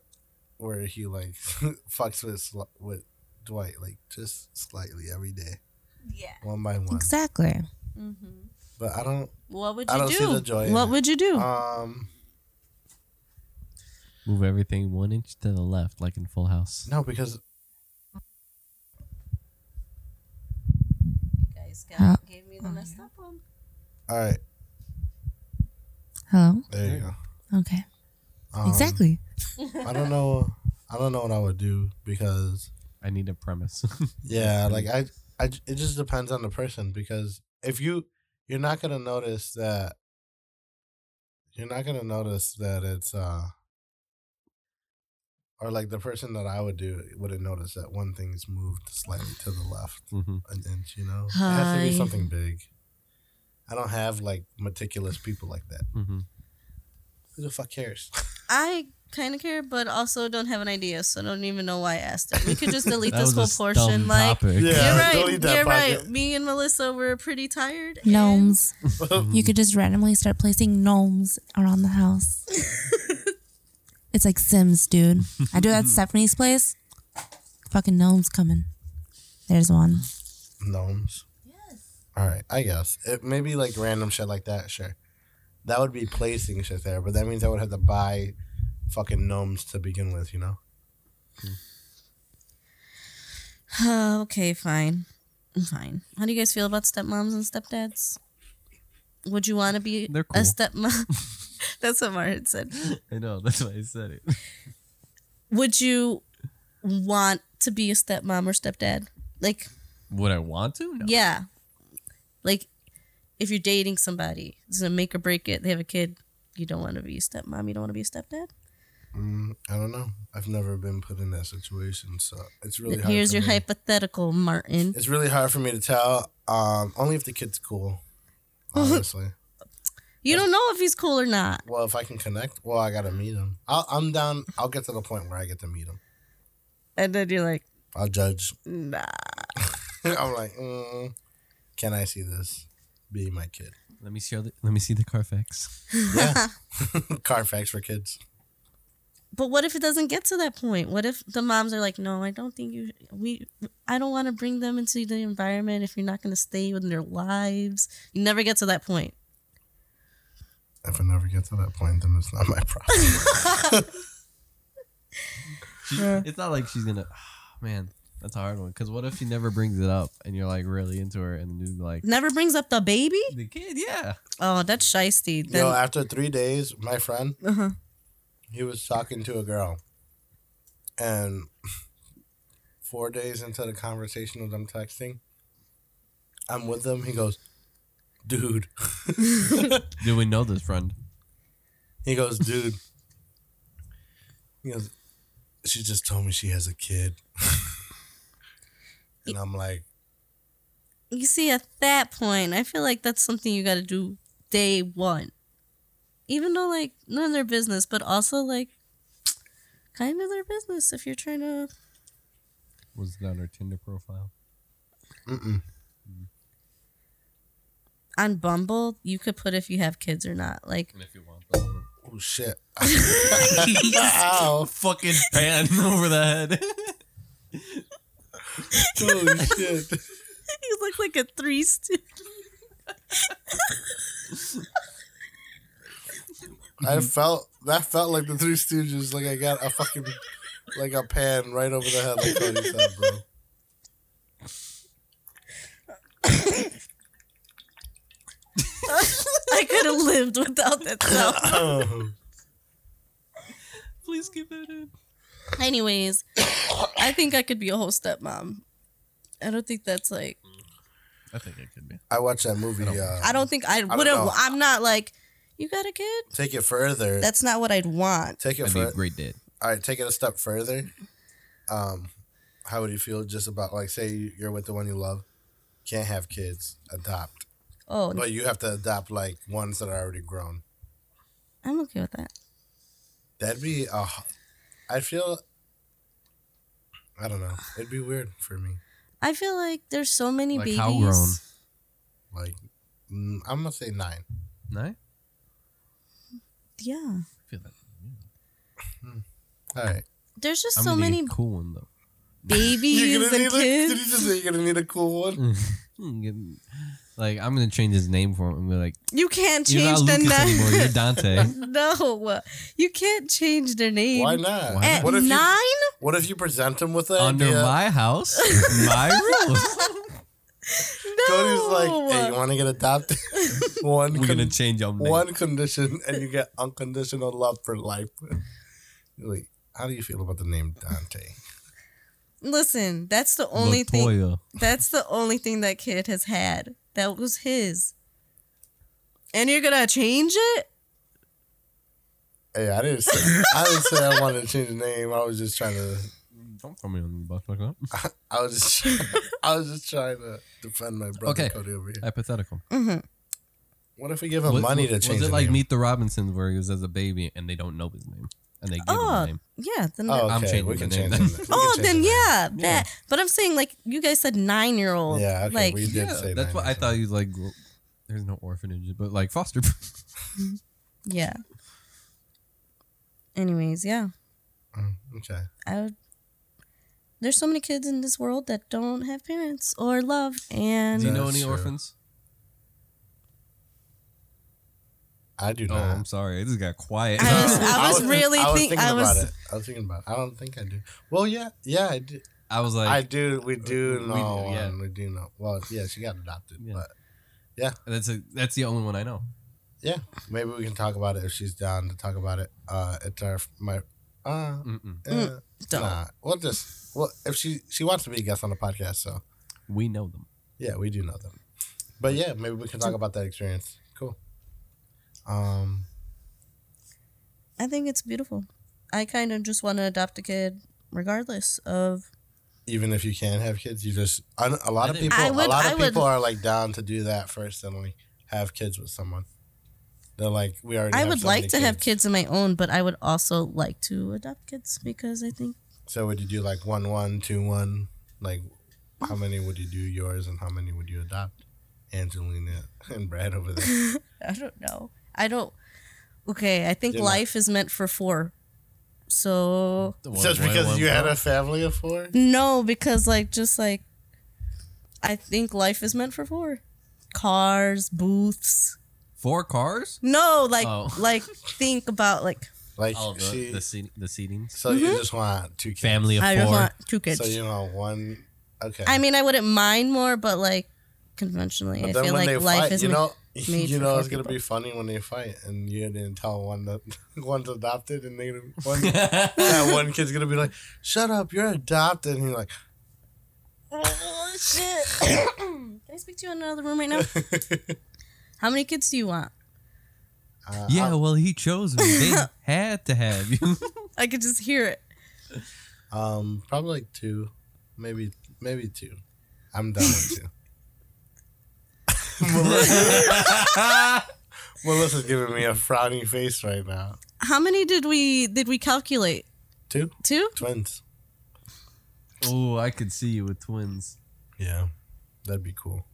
S3: where he like fucks with Sl- with Dwight like just slightly every day,
S2: Yeah,
S3: one by one.
S2: exactly.
S3: But I don't.
S2: What would
S3: I
S2: you
S3: don't see
S2: do?
S3: the joy in
S2: what
S3: it.
S2: would you do?
S3: Um,
S4: Move everything one inch to the left, like in Full House.
S3: no, because
S2: Scott
S5: Oh.
S2: gave me the
S5: Oh,
S2: messed up one.
S3: All right,
S5: Hello.
S3: there you go.
S5: Okay.
S3: Um,
S5: exactly.
S3: I don't know. I don't know what I would do because
S4: I need a premise.
S3: yeah, like I, I, it just depends on the person because if you, you're not gonna notice that. You're not gonna notice that it's uh. Or like the person that I would do wouldn't notice that one thing's moved slightly to the left
S4: Mhm.
S3: an inch. You know, it has to be
S2: Hi.
S3: something big. I don't have like meticulous people like that.
S4: Mhm.
S3: Who the fuck cares?
S2: I kind of care, but also don't have an idea, so don't even know why I asked it. We could just delete
S4: That
S2: this whole
S4: was a
S2: portion.
S4: dumb
S2: Like,
S4: topic.
S3: Yeah.
S2: you're right.
S3: delete that
S2: you're
S3: pocket.
S2: right. Me and Melissa were pretty tired. and-
S5: Gnomes. You
S4: Mm-hmm.
S5: could just randomly start placing gnomes around the house. it's like Sims, dude. I do that at Stephanie's place. Fucking gnomes coming. There's one.
S3: Gnomes.
S5: Yes.
S3: All right, I guess it maybe like random shit like that. Sure, that would be placing shit there, but that means I would have to buy fucking gnomes to begin with. You know,
S2: okay, fine. Fine. How do you guys feel about stepmoms and stepdads? Would you want to be
S4: They're
S2: a
S4: cool.
S2: stepmom? That's what Martin said.
S4: I know. That's why I said it.
S2: Would you want to be a stepmom or stepdad? Like,
S4: Would I want to? No.
S2: yeah. Like, if you're dating somebody, it's going to make or break it. They have a kid. You don't want to be a stepmom. You don't want to be a stepdad.
S3: mm, I don't know. I've never been put in that situation, so it's really hard.
S2: Here's
S3: for
S2: your
S3: me.
S2: hypothetical, Martin.
S3: It's really hard for me to tell. Um, only if the kid's cool. Honestly,
S2: You don't know if he's cool or not.
S3: well, if I can connect, well, I gotta meet him. I'll, I'm down. I'll get to the point where I get to meet him.
S2: And then you're like,
S3: I'll judge.
S2: nah.
S3: I'm like, mm, can I see this being my kid?
S4: Let me see. The, let me see the Carfax.
S3: Yeah, Carfax for kids.
S2: But what if it doesn't get to that point? What if the moms are like, "No, I don't think you we I don't want to bring them into the environment if you're not going to stay in their lives." You never get to that point.
S3: If I never get to that point, then it's not my problem.
S4: She- It's not like she's gonna. man, that's a hard one. Because what if she never brings it up and you're like really into her and then you'd be like
S2: Never brings up the baby?
S4: the kid? Yeah.
S2: Oh, that's shisty. Then
S3: Yo, after three days, my friend,
S2: Uh-huh.
S3: he was talking to a girl, and four days into the conversation with them texting, I'm with them. He goes, "Dude,"
S4: Do we know this friend?
S3: he goes, "Dude," he goes, "She just told me she has a kid," and I'm like,
S2: you see at that point, I feel like that's something you got to do day 1. Even though like none of their business, but also like kind of their business if you're trying to
S4: Was it on her Tinder profile?
S3: "Mm-mm."
S2: on Bumble, you could put if you have kids or not. Like
S4: And if you want them.
S3: "Oh shit!" Ow.
S4: Fucking pan over the head.
S3: Holy shit!
S2: You look like a three stooge.
S3: I felt that felt like the Three Stooges. Like I got a fucking like a pan right over the head, like Cody said, bro.
S2: I could have lived without that sound.
S4: Please keep that in.
S2: Anyways, I think I could be a whole stepmom. I don't think that's like
S4: I think it could be.
S3: I watched that movie.
S2: I
S3: Uh,
S2: don't think I would have
S3: know.
S2: I'm not like you got a kid?
S3: take it further.
S2: That's not what I'd want.
S3: Take it
S4: I'd be a
S3: further.
S4: great dad.
S3: All right, take it a step further. Um, how would you feel just about like say you're with the one you love, can't have kids, adopt,
S2: Oh,
S3: but you have to adopt like ones that are already grown.
S2: I'm okay with that.
S3: That'd be a. h- I feel. I don't know. It'd be weird for me.
S2: I feel like there's so many
S4: Like
S2: babies.
S4: how grown?
S3: Like, mm, I'm gonna say nine.
S4: No? I
S2: Yeah.
S4: feel that.
S3: All right.
S2: There's just
S4: I'm
S2: so
S4: gonna need
S2: many
S4: a cool one though.
S2: babies and
S3: need A, did
S2: kids.
S3: you just say you're gonna need a cool one?
S4: Hmm, get- Like I'm gonna change his name for him and be like,
S2: You can't
S4: "You're
S2: change
S4: not
S2: the
S4: Lucas anymore. You're
S2: name.
S4: Dante."
S2: No, you can't change their name.
S3: Why not?
S4: Why
S2: At
S3: What if
S2: nine?
S3: you What if you present him with an
S4: Under
S3: idea?
S4: my house, my rules.
S3: Cody's like, hey, you want to get adopted? one,
S4: We're gonna
S3: con-
S4: change your name.
S3: one condition, and you get unconditional love for life. Wait, how do you feel about the name Dante?
S2: Listen, that's the only thing.
S4: Latoya.
S2: That's the only thing that kid has had. That was his. And you're gonna change it?
S3: Hey, I didn't say I didn't say I wanted to change the name. I was just trying to.
S4: Don't throw me on the bus like that.
S3: I was just. Trying, I was just trying to defend my brother
S4: Okay.
S3: Cody over here.
S4: Hypothetical.
S2: Mm-hmm.
S3: What if we give him
S4: Was-
S3: money to
S4: was-
S3: change
S4: Was
S3: the
S4: it like
S3: name?
S4: Meet the Robinsons where he was as a baby and they don't know his name and they give him
S2: Oh,
S4: a name?
S2: yeah. Then
S3: Oh, okay.
S2: that-
S4: I'm changing
S3: we
S4: the
S3: can
S4: name
S3: change
S4: then.
S3: him then. We can
S2: oh,
S3: change
S2: then
S3: the name.
S2: yeah, that. But I'm saying like you guys said nine year old.
S3: Yeah, okay,
S2: Like
S3: we did say
S4: that's
S3: nine
S4: what I
S3: years
S4: thought he was like. well, There's no orphanage, but like foster.
S2: yeah. Anyways, yeah.
S3: old. Mm, Okay.
S2: I would. There's so many kids in this world that don't have parents or love, and
S4: Do you know
S3: That's
S4: any
S3: true.
S4: orphans?
S3: I do
S4: Oh,
S3: not.
S4: I'm sorry. It just got quiet.
S2: I was- I was really
S3: I was
S2: think-
S3: thinking
S2: I was-
S3: about it. I was thinking about it. I don't think I do. Well, yeah, yeah, I do.
S4: I was like,
S3: I do. We
S4: we
S3: do
S4: do,
S3: know. We do,
S4: yeah.
S3: we do know. Well, yeah, she got adopted,
S4: Yeah.
S3: but
S4: that's a, that's the only one I know.
S3: yeah, maybe we can talk about it if she's down to talk about it. Uh, it's our my. Uh,
S4: Mm-mm.
S3: eh,
S2: Mm, don't.
S3: nah. We'll just. Well, if she she wants to be a guest on the podcast, so
S4: We know them.
S3: yeah, we do know them. But yeah, maybe we can talk
S2: Mm.
S3: about that experience. Cool. Um.
S2: I think it's beautiful. I kind of just want to adopt a kid, regardless of.
S3: even if you can have kids, you just I don't- a lot
S4: I
S3: of
S4: think-
S3: people
S2: I would-
S3: a lot
S2: I
S3: of
S2: would-
S3: people are like down to do that first and like have kids with someone. They're like we already.
S2: I
S3: have
S2: would
S3: so
S2: like
S3: many
S2: to have kids of my own, but I would also like to adopt kids because I think
S3: So would you do like one one two one? Like how many would you do yours and how many would you adopt? Angelina and Brad over there.
S2: I don't know. I don't. Okay, I think
S3: You're not-
S2: life is meant for four. So
S3: Just because you had a family of four.
S2: no, because like just like, I think life is meant for four. Cars, booths.
S4: four cars.
S2: No, like
S4: Oh.
S2: like think about like
S3: Like
S4: Oh, the
S3: she.
S4: the, seat, the seatings.
S3: so you just want two kids.
S4: Family of
S2: I
S4: four.
S2: just want two Mm-hmm. kids.
S3: So you want one. Okay.
S2: I mean, I wouldn't mind more, but like conventionally,
S3: But
S2: I
S3: then
S2: feel
S3: when
S2: like
S3: they
S2: life
S3: fight,
S2: is.
S3: you
S2: ma-
S3: know,
S2: made
S3: you
S2: for
S3: know
S2: four
S3: it's gonna be
S2: people.
S3: funny when they fight, and you didn't tell one that one's adopted, and they one that one kid's gonna be like, "Shut up, you're adopted," and you're like,
S2: oh shit! Can I speak to you in another room right now? How many kids do you want?
S3: uh,
S4: yeah, well, he chose me. They had to have you.
S2: I could just hear it.
S3: um, probably like two, maybe maybe two. I'm down with two. Melissa, Melissa's giving me a frowny face right now.
S2: How many did we did we calculate?
S3: Two
S2: Two?
S3: twins.
S4: oh, I could see you with twins.
S3: Yeah, that'd be cool.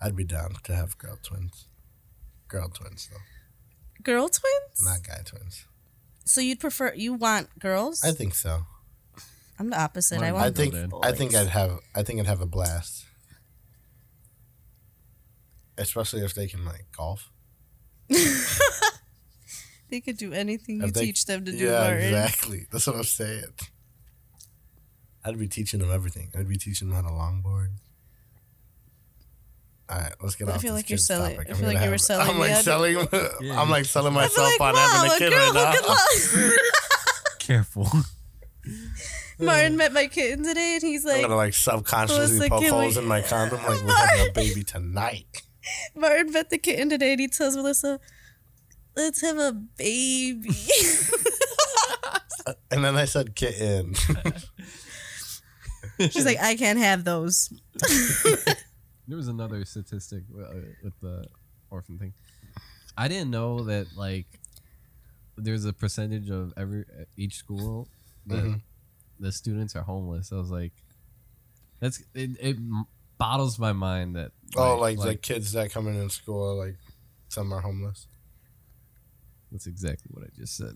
S3: I'd be down to have girl twins. Girl twins though.
S2: Girl twins?
S3: Not guy twins.
S2: So you'd prefer you want girls?
S3: I think so.
S2: I'm the opposite. I
S4: Mine-
S3: I
S2: want
S3: think
S4: Well,
S3: I think I'd have I think I'd have a blast. Especially if they can like golf.
S2: they could do anything you
S3: If they-
S2: teach them to do.
S3: Yeah,
S2: Lauren.
S3: exactly. That's what I'm saying. I'd be teaching them everything. I'd be teaching them how to longboard. All right, let's get
S2: I
S3: off
S2: feel
S3: this
S2: like you're
S3: kid's
S2: selling-
S3: topic.
S2: I
S3: I'm
S2: feel
S3: gonna
S2: like you were
S3: have-
S2: selling
S3: I'm like
S2: me on-
S3: selling.
S4: Yeah.
S3: I'm like selling
S2: I feel
S3: myself
S2: like,
S3: on
S2: wow,
S3: having
S2: a
S3: a kid
S2: girl
S3: right now.
S2: who could
S4: Careful.
S2: love. Martin met my kitten today, and he's
S3: I'm
S2: like,
S3: gonna like subconsciously
S2: Melissa,
S3: poke
S2: can
S3: holes
S2: we-
S3: in my condom. Like we're having a baby tonight.
S2: Martin met the kitten today, and he tells Melissa, "Let's have a baby."
S3: And then I said kitten.
S2: She's like, "I can't have those."
S4: There was another statistic uh, with the orphan thing. I didn't know that like there's a percentage of every each school that
S3: Mhm.
S4: the students are homeless. I was like, that's it. it bottles my mind that
S3: Oh, like, like kids that come in in school, like some are homeless.
S4: that's exactly what I just said.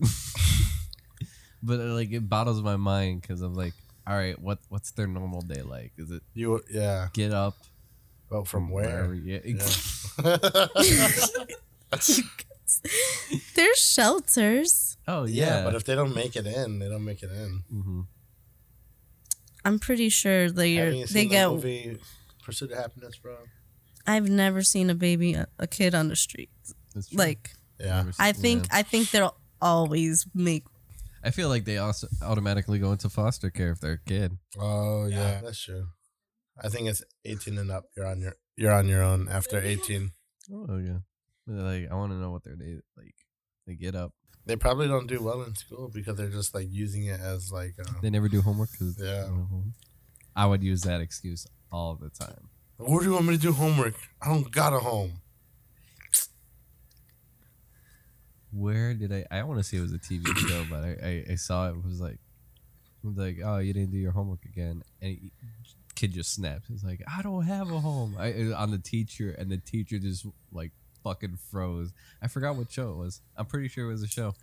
S4: but uh, like it bottles my mind because I'm like, all right, what what's their normal day like? Is it
S3: You yeah.
S4: get up
S3: Well, from
S4: wherever
S3: where?
S4: you-
S3: Yeah.
S2: There's shelters.
S4: Oh yeah,
S3: Oh, yeah, but if they don't make it in, they don't make it in.
S4: Mhm.
S2: I'm pretty sure
S3: Haven't you
S2: they
S3: seen
S2: they
S3: the
S2: get
S3: movie Pursuit of Happiness, bro?
S2: I've never seen a baby, a, a kid on the street.
S4: That's true.
S2: Like
S3: Yeah.
S4: Never seen-
S2: I think,
S4: yeah.
S2: I think they'll always make.
S4: I feel like they also automatically go into foster care if they're a kid.
S3: Oh yeah. that's true. I think it's eighteen and up. You're on your you're on your own after eighteen.
S4: Oh yeah. But they're like I want to know what their day like. They get up.
S3: They probably don't do well in school because they're just like using it as like uh,
S4: They never do homework because
S3: Yeah.
S4: I would use that excuse all the time.
S3: Where do you want me to do homework? I don't got a home.
S4: Where did I? I want to say it was a TV show, but I, I, I saw it was like, it was like oh you didn't do your homework again, and he- kid just snaps. It's like I don't have a home. I it- on the teacher, and the teacher just like fucking froze. I forgot what show it was. I'm pretty sure it was a show.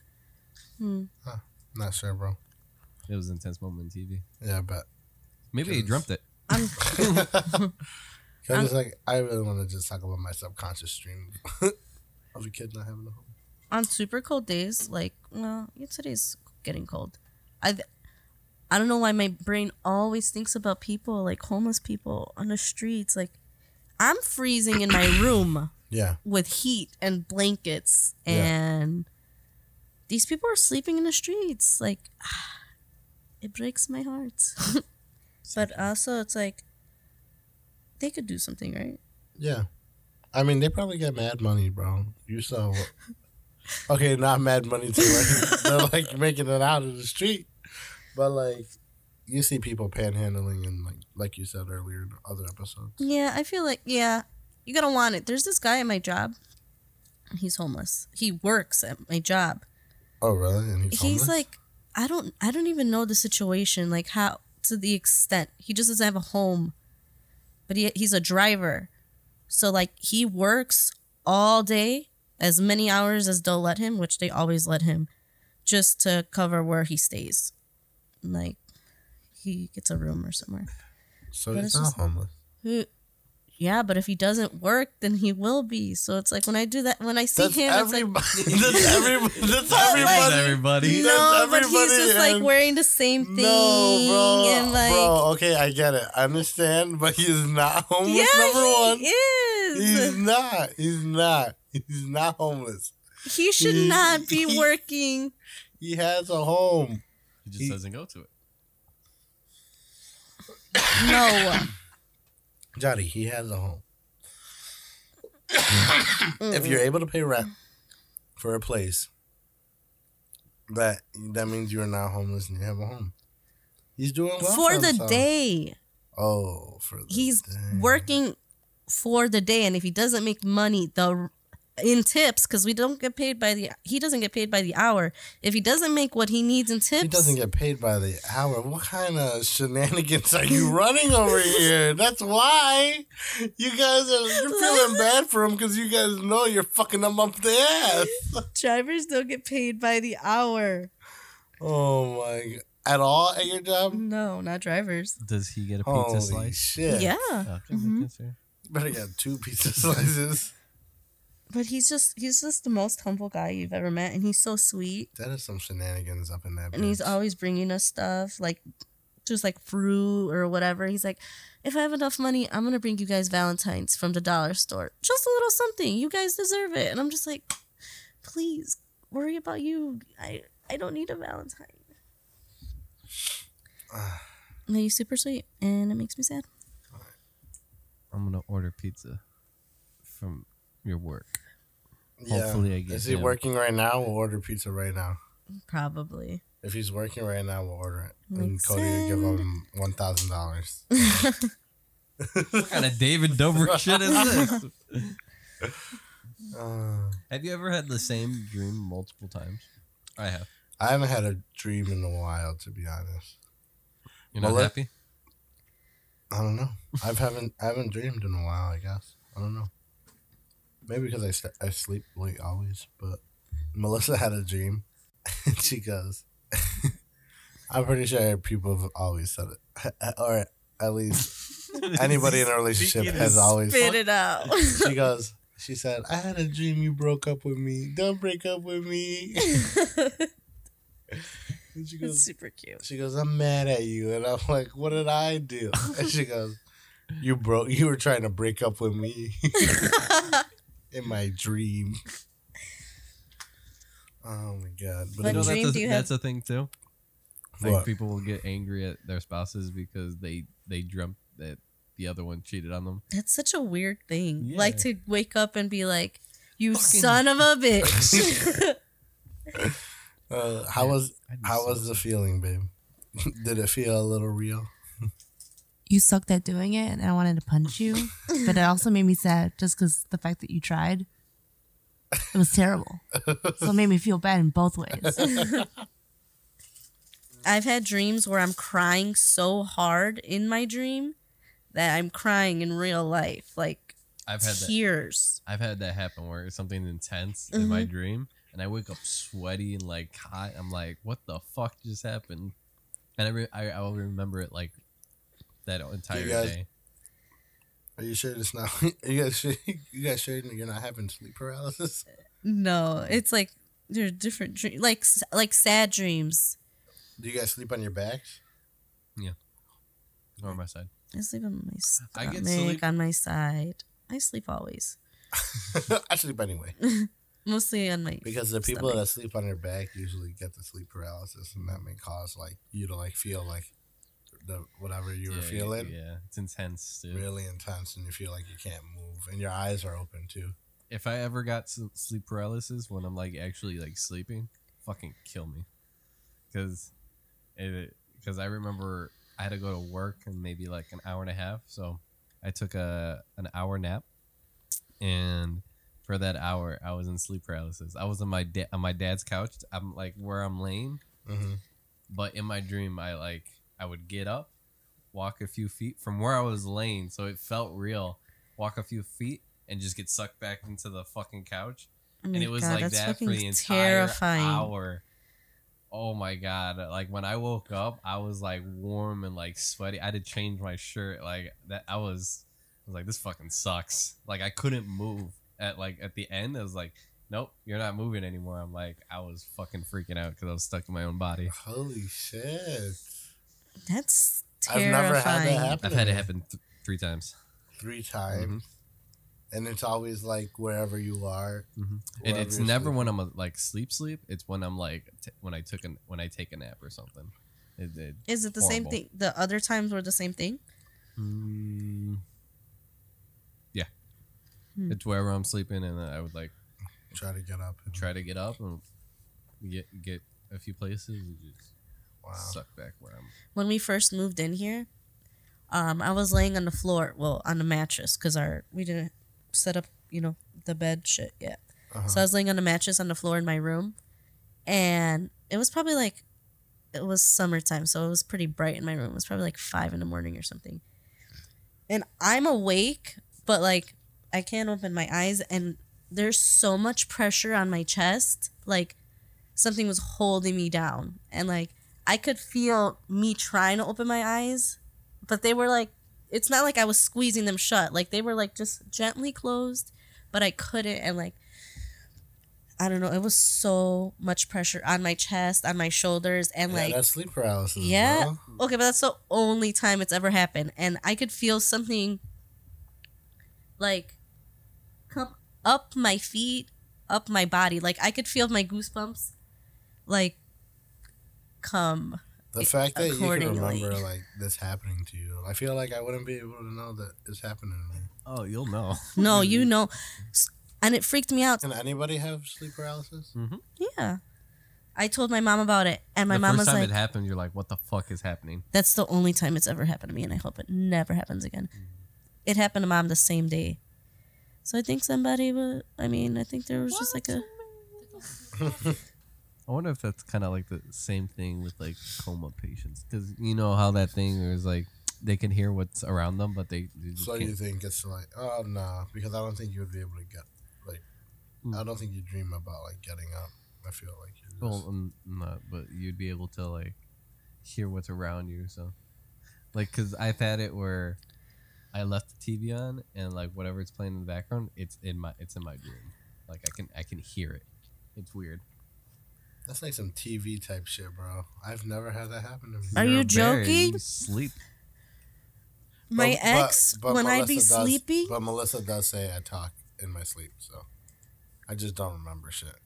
S2: Hmm.
S3: Not sure, bro.
S4: It was an intense moment in TV.
S3: Yeah, but
S4: Maybe he
S3: Yes.
S4: dreamt it.
S2: I'm,
S3: I just like I really want to just talk about my subconscious stream of a kid not having a home.
S2: on super cold days, like well, yeah, today's getting cold. I I don't know why my brain always thinks about people like homeless people on the streets. Like I'm freezing in my room
S3: Yeah,
S2: with heat and blankets,
S3: Yeah.
S2: and these people are sleeping in the streets. Like it breaks my heart. but also, it's like they could do something, right?
S3: yeah. I mean, they probably get mad money, bro. You saw. What... Okay, not mad money too. Like, they're like making it out of the street, but like you see people panhandling and like like you said earlier in the other episode.
S2: Yeah, I feel like yeah, you gotta want it. There's this guy at my job. He's homeless. He works at my job.
S3: Oh really? And
S2: He's
S3: he's, homeless?
S2: like, I don't, I don't even know the situation, like how to the extent he just doesn't have a home, but he he's a driver, so like he works all day as many hours as they'll let him, which they always let him, just to cover where he stays, like he gets a room or somewhere.
S3: so
S2: but
S3: he's
S2: it's
S3: not
S2: just-
S3: homeless.
S2: Who? Yeah, but if he doesn't work, then he will be. So it's like when I do that, when I see
S3: That's
S2: him, it's like
S3: everybody. that's everybody. That's
S4: Everybody,
S3: everybody.
S4: everybody.
S2: no,
S3: that's
S2: but he's
S3: everybody
S2: just like
S3: and-
S2: wearing the same thing and like
S3: bro, okay, I get it. I understand, but he's not homeless,
S2: yeah,
S3: number one.
S2: he is.
S3: He's not. He's not. He's not homeless.
S2: he should
S3: he-
S2: not be working.
S3: He has a home.
S4: He
S3: He-
S4: just doesn't go to it.
S2: No,
S3: Johnny, he has a home. if
S2: Mm.
S3: you're able to pay rent for a place, that that means you're not homeless and you have a home. He's doing well
S2: for the
S3: himself.
S2: day,
S3: Oh, for the
S2: he's
S3: day.
S2: working for the day, and if he doesn't make money, the in tips because we don't get paid by the he doesn't get paid by the hour. If he doesn't make what he needs in tips,
S3: He doesn't get paid by the hour. What kind of shenanigans are you running over here? That's why you guys are you're feeling bad for him because you guys know you're fucking him up the ass.
S2: drivers don't get paid by the hour.
S3: Oh my! g- At all at your job?
S2: No, not drivers.
S4: Does he get a pizza
S3: Holy
S4: slice?
S3: shit!
S2: Yeah.
S4: Okay,
S2: Mhm.
S4: that's fair.
S3: You better get two pizza slices.
S2: But he's just he's just the most humble guy you've ever met and he's so sweet
S3: That is some shenanigans up in that.
S2: and he's
S3: bitch.
S2: always bringing us stuff like just like fruit or whatever. He's like, "If I have enough money, I'm going to bring you guys valentines from the dollar store. Just a little something. You guys deserve it." And I'm just like, "Please worry about you. I I don't need a valentine." No, he's super sweet and it makes me sad.
S4: I'm gonna order pizza from your work.
S3: Yeah.
S4: Hopefully I get
S3: Is he
S4: him.
S3: working right now? We'll order pizza right now.
S2: Probably.
S3: If he's working right now, we'll order it. And
S2: Makes
S3: Cody will give
S2: sense.
S3: him one thousand dollars.
S4: What kind of David Dobrik shit is this?
S3: Uh,
S4: have you ever had the same dream multiple times? I have.
S3: I haven't had a dream in a while, to be honest.
S4: You're not
S3: Well, let-
S4: happy?
S3: I don't know. I've haven't I haven't dreamed in a while. I guess I don't know. Maybe because I s- I sleep late always. But Melissa had a dream, and she goes, "I'm pretty sure people have always said it, or at least anybody in a relationship has always."
S2: Spit it out.
S3: She goes. She said, "I had a dream you broke up with me. Don't break up with me." and she goes,
S2: it's super cute.
S3: She goes, I'm mad at you. And I'm like, what did I do? And she goes, You broke. You were trying to break up with me in my dream. Oh my god! But
S2: But
S3: it was-
S2: dream
S4: that's,
S2: do
S4: a,
S2: you
S4: that's
S2: have-
S4: a thing too. Like
S3: What?
S4: people will get angry at their spouses because they they dreamt that the other one cheated on them.
S2: That's such a weird thing.
S4: Yeah.
S2: Like to wake up and be like, "You son of a bitch."
S3: uh, how was
S4: I'd be
S3: how
S4: so-
S3: was the feeling, babe? Did it feel a little real?
S5: You sucked at doing it, and I wanted to punch you, but it also made me sad just because the fact that you tried. It was terrible, so it made me feel bad in both ways.
S2: I've had dreams where I'm crying so hard in my dream that I'm crying in real life, like
S4: I've had that.
S2: tears.
S4: I've had that happen where it's something intense in my dream, and I wake up sweaty and like hot. I'm like, what the fuck just happened? And I, re- I, I will remember it like that entire
S3: guys-
S4: day.
S3: Are you sure it's not? Are you guys sure? You guys sure you're not having sleep paralysis?
S2: No, it's like there are different dreams, like s- like sad dreams.
S3: Do you guys sleep on your backs?
S4: Or my side.
S2: I sleep on my
S4: I
S2: stomach,
S4: get sleep-
S2: on my side. I sleep always,
S3: I sleep anyway
S2: mostly on my
S3: because the people
S2: stomach.
S3: that sleep on their back usually get the sleep paralysis, and that may cause like you to like feel like the whatever you were
S4: yeah,
S3: feeling.
S4: Yeah, it's intense, dude.
S3: really intense and you feel like you can't move and your eyes are open too.
S4: If I ever got s- sleep paralysis when I'm like actually like sleeping, fucking kill me, because it because I remember I had to go to work in maybe like an hour and a half, so I took a an hour nap, and for that hour I was in sleep paralysis. I was on my da- on my dad's couch. I'm like where I'm laying, but in my dream I like I would get up, walk a few feet from where I was laying, so it felt real. Walk a few feet and just get sucked back into the fucking couch,
S2: Oh
S4: and
S2: my
S4: it was
S2: God,
S4: like
S2: that's
S4: that for
S2: fucking
S4: the entire hour. Oh my god! Like when I woke up, I was like warm and like sweaty. I had to change my shirt. Like that, I was, I was like, this fucking sucks. Like I couldn't move at like at the end. I was like, nope, you're not moving anymore. I'm like, I was fucking freaking out because I was stuck in my own body.
S3: Holy shit.
S2: That's
S3: I've
S2: terrifying.
S3: never had that happen.
S4: I've had it happen th- three times.
S3: three times.
S4: Mm-hmm.
S3: And it's always like wherever you are.
S4: It,
S3: wherever
S4: Mm-hmm. it's
S3: you're
S4: never
S3: sleeping.
S4: when I'm uh, like sleep sleep. It's when I'm like t- when I took an when I take a nap or something. It, it,
S2: Is it the same
S4: horrible.
S2: thing? The other times were the same thing.
S4: Mm, yeah,
S2: Hmm.
S4: it's wherever I'm sleeping, and I would like
S3: try to get up and
S4: try to get up and get get a few places and just
S3: wow.
S4: suck back where I'm.
S2: When we first moved in here, um, I was laying on the floor, well, on the mattress, because our we didn't set up, you know, the bed shit yet.
S3: Uh-huh.
S2: So I was laying on the mattress on the floor in my room, and it was probably like, it was summertime, so it was pretty bright in my room. It was probably like five in the morning or something, and I'm awake, but like I can't open my eyes, and there's so much pressure on my chest, like something was holding me down and like i could feel me trying to open my eyes but they were like it's not like i was squeezing them shut like they were like just gently closed but i couldn't and like i don't know it was so much pressure on my chest on my shoulders and
S3: Yeah,
S2: like
S3: that's sleep paralysis.
S2: yeah.
S3: bro.
S4: Uh-huh.
S2: Okay, but that's the only time it's ever happened. And I could feel something like come up my feet, up my body. Like I could feel my goosebumps like come.
S3: The fact that you can
S2: Accordingly.
S3: remember like this happening to you, I feel like I wouldn't be able to know that it's happening to me.
S4: Oh, you'll know.
S2: No, you know. And it freaked me out.
S3: Can anybody have sleep paralysis?
S2: Yeah. I told my mom about it and my
S4: the
S2: mom
S4: first
S2: was
S4: time
S2: like
S4: it happened, you're like, "What the fuck is happening?"
S2: That's the only time it's ever happened to me, and I hope it never happens again.
S4: Hmm.
S2: It happened to mom the same day. So I think somebody was, I mean, I think there was just like a.
S4: I wonder if that's kind of like the same thing with like coma patients, because you know how that thing is like they can hear what's around them, but they, they just
S3: So
S4: can't.
S3: you think it's like, oh no, because I don't think you would be able to get like,
S2: Mm.
S3: I don't think you dream about like getting up. I feel like you're just,
S4: Well, um, not, but you'd be able to like hear what's around you. So, like, cause I've had it where I left the TV on and like whatever it's playing in the background, it's in my it's in my dream. Like I can I can hear it. It's weird.
S3: that's like some TV type shit, bro. I've never had that happen to me.
S2: Are you
S4: You're a bear,
S2: joking?
S4: you sleep.
S2: My
S3: But- but-
S2: ex,
S3: but
S2: when I
S3: Melissa
S2: be
S3: does-
S2: sleepy,
S3: But Melissa does say I talk in my sleep, so I just don't remember shit.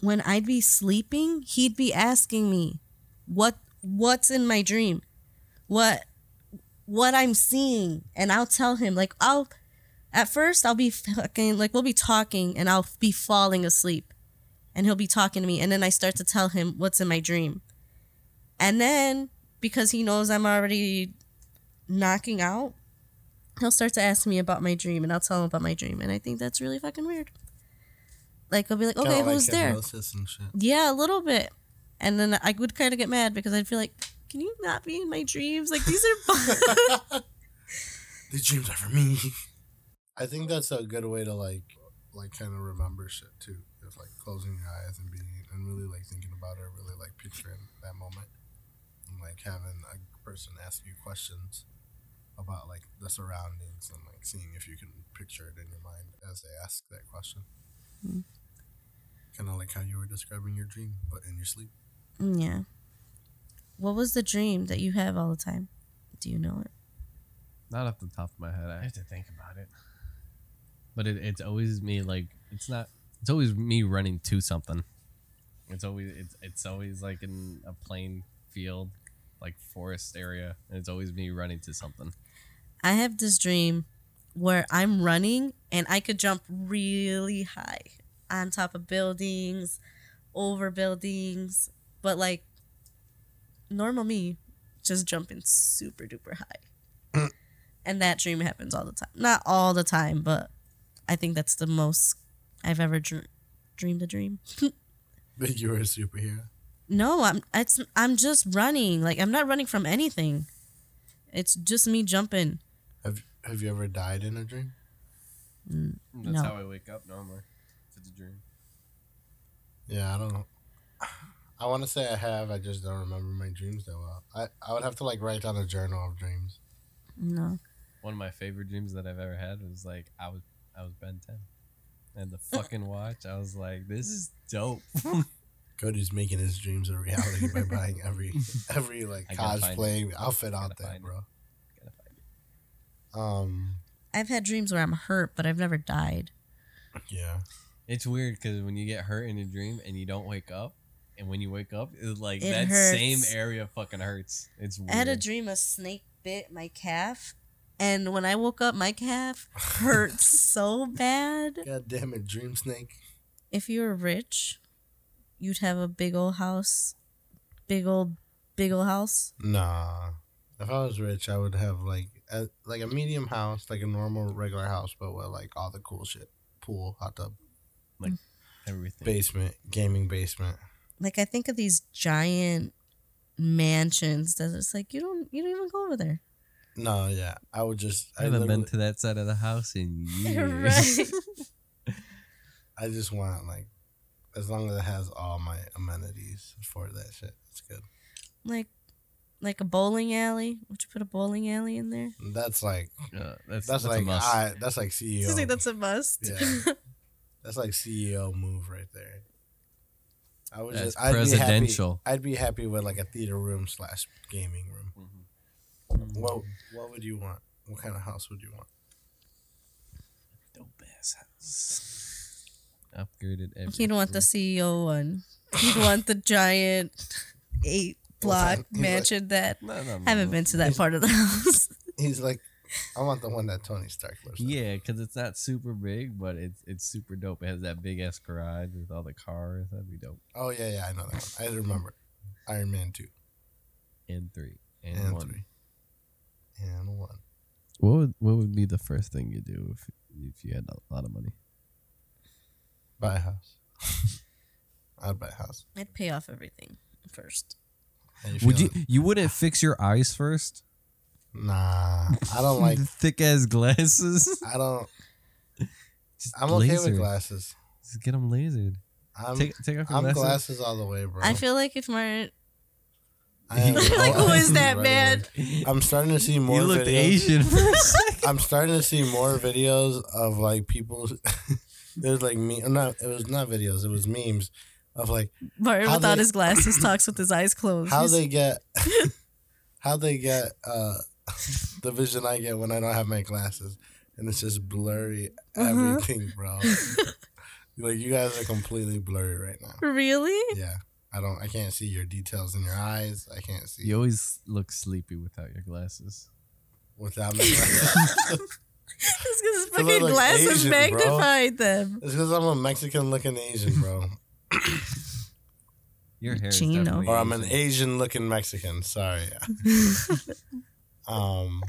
S2: when I'd be sleeping, he'd be asking me, "What what's in my dream? What what I'm seeing?" And I'll tell him like I'll at first I'll be fucking like we'll be talking and I'll be falling asleep. And he'll be talking to me and then I start to tell him what's in my dream. And then because he knows I'm already knocking out, he'll start to ask me about my dream and I'll tell him about my dream and I think that's really fucking weird. Like I'll be like, "Okay,
S3: Kinda like
S2: who's there?"
S3: hypnosis and shit.
S2: Yeah, a little bit. And then I would kind of get mad because I'd feel like, can you not be in my dreams? Like, these are. bu-
S3: These dreams are for me. I think that's a good way to like, like kind of remember shit too. Is like closing your eyes and being and really like thinking about it, really like picturing that moment, and like having a person ask you questions about like the surroundings and like seeing if you can picture it in your mind as they ask that question. Kind of like how you were describing your dream, but in your sleep.
S2: yeah. What was the dream that you have all the time? Do you know it?
S4: Not off the top of my head. I have to think about it. But it, it's always me like it's not it's always me running to something. It's always it's it's always like in a plain field, like forest area, and it's always me running to something.
S2: I have this dream where I'm running and I could jump really high on top of buildings, over buildings, but like normal me just jumping super duper high. and that dream happens all the time. Not all the time, but I think that's the most I've ever dr- dreamed a dream.
S3: But you were a superhero.
S2: No, I'm it's I'm just running. Like I'm not running from anything. It's just me jumping.
S3: Have Have you ever died in a dream?
S4: That's
S2: No.
S4: how I wake up normally. If it's a dream.
S3: Yeah, I don't. I want to say I have. I just don't remember my dreams that well. I, I would have to like write down a journal of dreams.
S2: No.
S4: One of my favorite dreams that I've ever had was like I was I was Ben Ten. And the fucking watch, I was like, this is dope.
S3: Cody's making his dreams a reality by buying every every like
S4: I gotta find
S3: cosplay outfit out
S4: gotta
S3: there,
S4: find it.
S3: bro. Um,
S2: I've had dreams where I'm hurt, but I've never died.
S3: yeah,
S4: It's weird because when you get hurt in a dream and you don't wake up, and when you wake up, it's like
S2: It
S4: that
S2: hurts.
S4: same area fucking hurts. It's weird.
S2: I had a dream a snake bit my calf, and when I woke up, my calf hurt so bad.
S3: god damn it, dream snake.
S2: If you were rich, you'd have a big old house, big old, big old house.
S3: Nah, if I was rich, I would have like a, like a medium house, like a normal regular house, but with like all the cool shit: pool, hot tub,
S4: Everything.
S3: basement, gaming basement.
S2: Like I think of these giant mansions that it's like you don't you don't even go over there.
S3: No, yeah, I would just.
S4: I
S3: I
S4: haven't been
S3: literally-
S4: to that side of the house in years.
S2: right.
S3: I just want like as long as it has all my amenities for that shit, it's good.
S2: Like like a bowling alley. Would you put a bowling alley in there?
S3: That's like
S4: Uh, that's,
S3: that's,
S4: that's a
S3: like
S4: must.
S3: I that's like CEO.
S2: Seems like that's a must.
S3: Yeah. that's like CEO move right there. I was
S4: That's
S3: just I'd
S4: presidential.
S3: Be happy, I'd be happy with like a theater room slash gaming room.
S4: Mhm.
S3: What what would you want? What kind of house would you want?
S4: Mm-hmm. Dope ass house. Upgraded everything.
S2: He'd want the CEO one. He'd want the giant eight block
S3: He's like-
S2: mansion that
S4: No, no, no.
S2: I haven't been to that part of the house.
S3: He's like, I want the one that Tony Stark lives. in.
S4: Yeah, because it's not super big, but it's it's super dope. It has that big ass garage with all the cars. That'd be dope.
S3: Oh yeah, yeah, I know that one. I remember. Iron Man two
S4: And three. And,
S3: and,
S4: one.
S3: three and one.
S4: What would what would be the first thing you do if if you had a lot of money?
S3: Buy a house. I'd buy a house.
S2: I'd pay off everything first.
S3: How
S4: Would you
S3: feeling?
S4: you wouldn't fix your eyes first?
S3: Nah, I don't like.
S4: thick ass glasses.
S3: I don't.
S4: Just
S3: I'm okay
S4: laser.
S3: with glasses.
S4: Just get them lasered.
S3: I'm
S4: take take off your
S3: I'm
S4: glasses.
S3: glasses all the way, bro.
S2: I feel like if my
S3: I am
S4: Like,
S3: all-
S2: who is that
S3: right
S2: man?
S3: away. I'm starting to see more
S4: you looked
S3: videos.
S4: Asian for a second.
S3: I'm starting to see more videos of like people. There's like me. Not it was not videos. It was memes of like
S2: Martin
S3: How
S2: without
S3: they-
S2: his glasses talks with his eyes closed.
S3: how
S2: He's-
S3: they get how they get uh the vision I get when I don't have my glasses, and it's just blurry everything, bro. like you guys are completely blurry right now.
S2: Really?
S3: Yeah, I don't. I can't see your details in your eyes. I can't see
S4: You always look sleepy without your glasses.
S3: without my glasses.
S2: It's because his
S3: I look
S2: fucking
S3: like
S2: glasses
S3: Asian, bro.
S2: magnified them.
S3: it's because I'm a Mexican-looking Asian, bro,
S4: Your hair
S2: Chino.
S4: is definitely
S3: or I'm an
S4: Asian.
S3: Asian-looking Mexican. Sorry. um,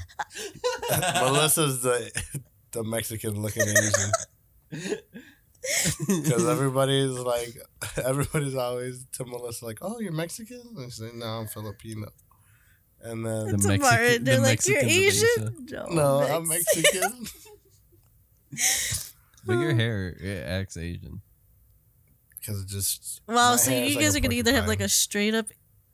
S3: Melissa's the the Mexican-looking Asian. Because everybody's like, everybody's always to Melissa like, "Oh, you're Mexican," and she's like, "No, I'm Filipino." And then
S4: The
S2: Tomorrow,
S4: Mexican-
S2: they're
S4: the
S2: like, you're
S4: Mexicans of
S2: Asian?
S3: no, I'm
S2: Mex-
S3: Mexican.
S4: But your hair it acts Asian.
S3: Because it just
S2: Wow,
S3: my
S2: so
S3: hair is
S2: you
S3: like
S2: guys
S3: a
S2: are gonna either have like
S3: porcupine.
S2: a straight up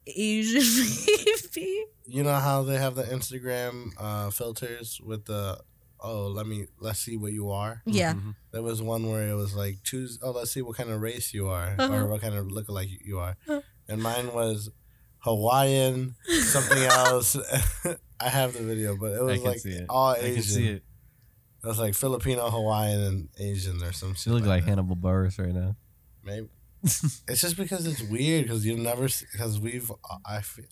S2: Asian baby.
S3: you know how they have the Instagram uh, filters with the oh let me let's see what you are.
S2: Yeah.
S4: Mhm.
S3: There was one where it was like choose oh let's see what kind of race you are
S2: Uh-huh.
S3: or what kind of lookalike you are,
S2: Uh.
S3: and mine was Hawaiian something else. I have the video, but it
S4: I
S3: was
S4: can
S3: like
S4: see it.
S3: all
S4: I can see
S3: Asian.
S4: it.
S3: It was like Filipino, Hawaiian, and Asian or some
S4: She
S3: shit.
S4: looks like
S3: that.
S4: Hannibal Burris right now.
S3: Maybe it's just because it's weird because you never because we've I feel,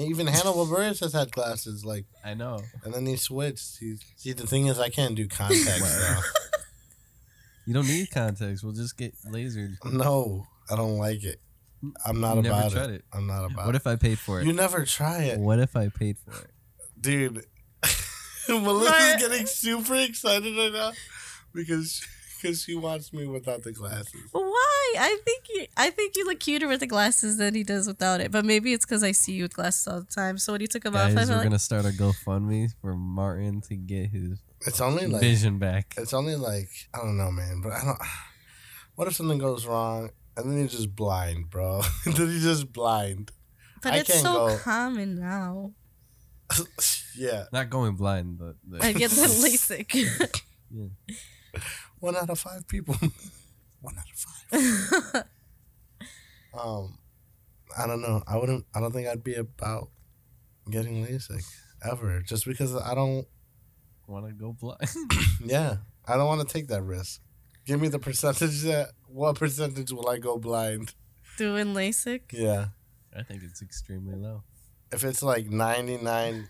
S3: even Hannibal Burris has had glasses like.
S4: I know.
S3: And then he switched. He, see, the thing is, I can't do contacts now.
S4: You don't need contacts. We'll just get lasered.
S3: No, I don't like it. I'm not
S4: You never
S3: about
S4: tried
S3: it.
S4: it.
S3: I'm not about
S4: What if I paid for
S3: it.
S4: it?
S3: You never try it,
S4: What if I paid for it?
S3: dude. Melissa's
S2: Right.
S3: getting super excited right now because because she wants me without the glasses.
S2: Why? I think you. I think you look cuter with the glasses than he does without it. But maybe it's because I see you with glasses all the time. So when you took them off, I
S4: Guys,
S2: felt
S4: we're
S2: like
S4: gonna start a GoFundMe for Martin to get his
S3: It's only like
S4: vision back.
S3: it's only like I don't know, man. But I don't. What if something goes wrong and then you're just blind, bro? then you're just blind.
S2: But
S3: I
S2: it's
S3: can't
S2: so
S3: go-
S2: common now.
S3: yeah,
S4: Not going blind, but the,
S2: I get that LASIK.
S3: one out of five people. one out of five. Um, I don't know. I wouldn't. I don't think I'd be about getting LASIK ever, just because I don't.
S4: want to go blind.
S3: Yeah, I don't want to take that risk. Give me the percentage that. What percentage will I go blind?
S2: Doing LASIK.
S3: Yeah,
S4: I think it's extremely low.
S3: if it's like ninety nine,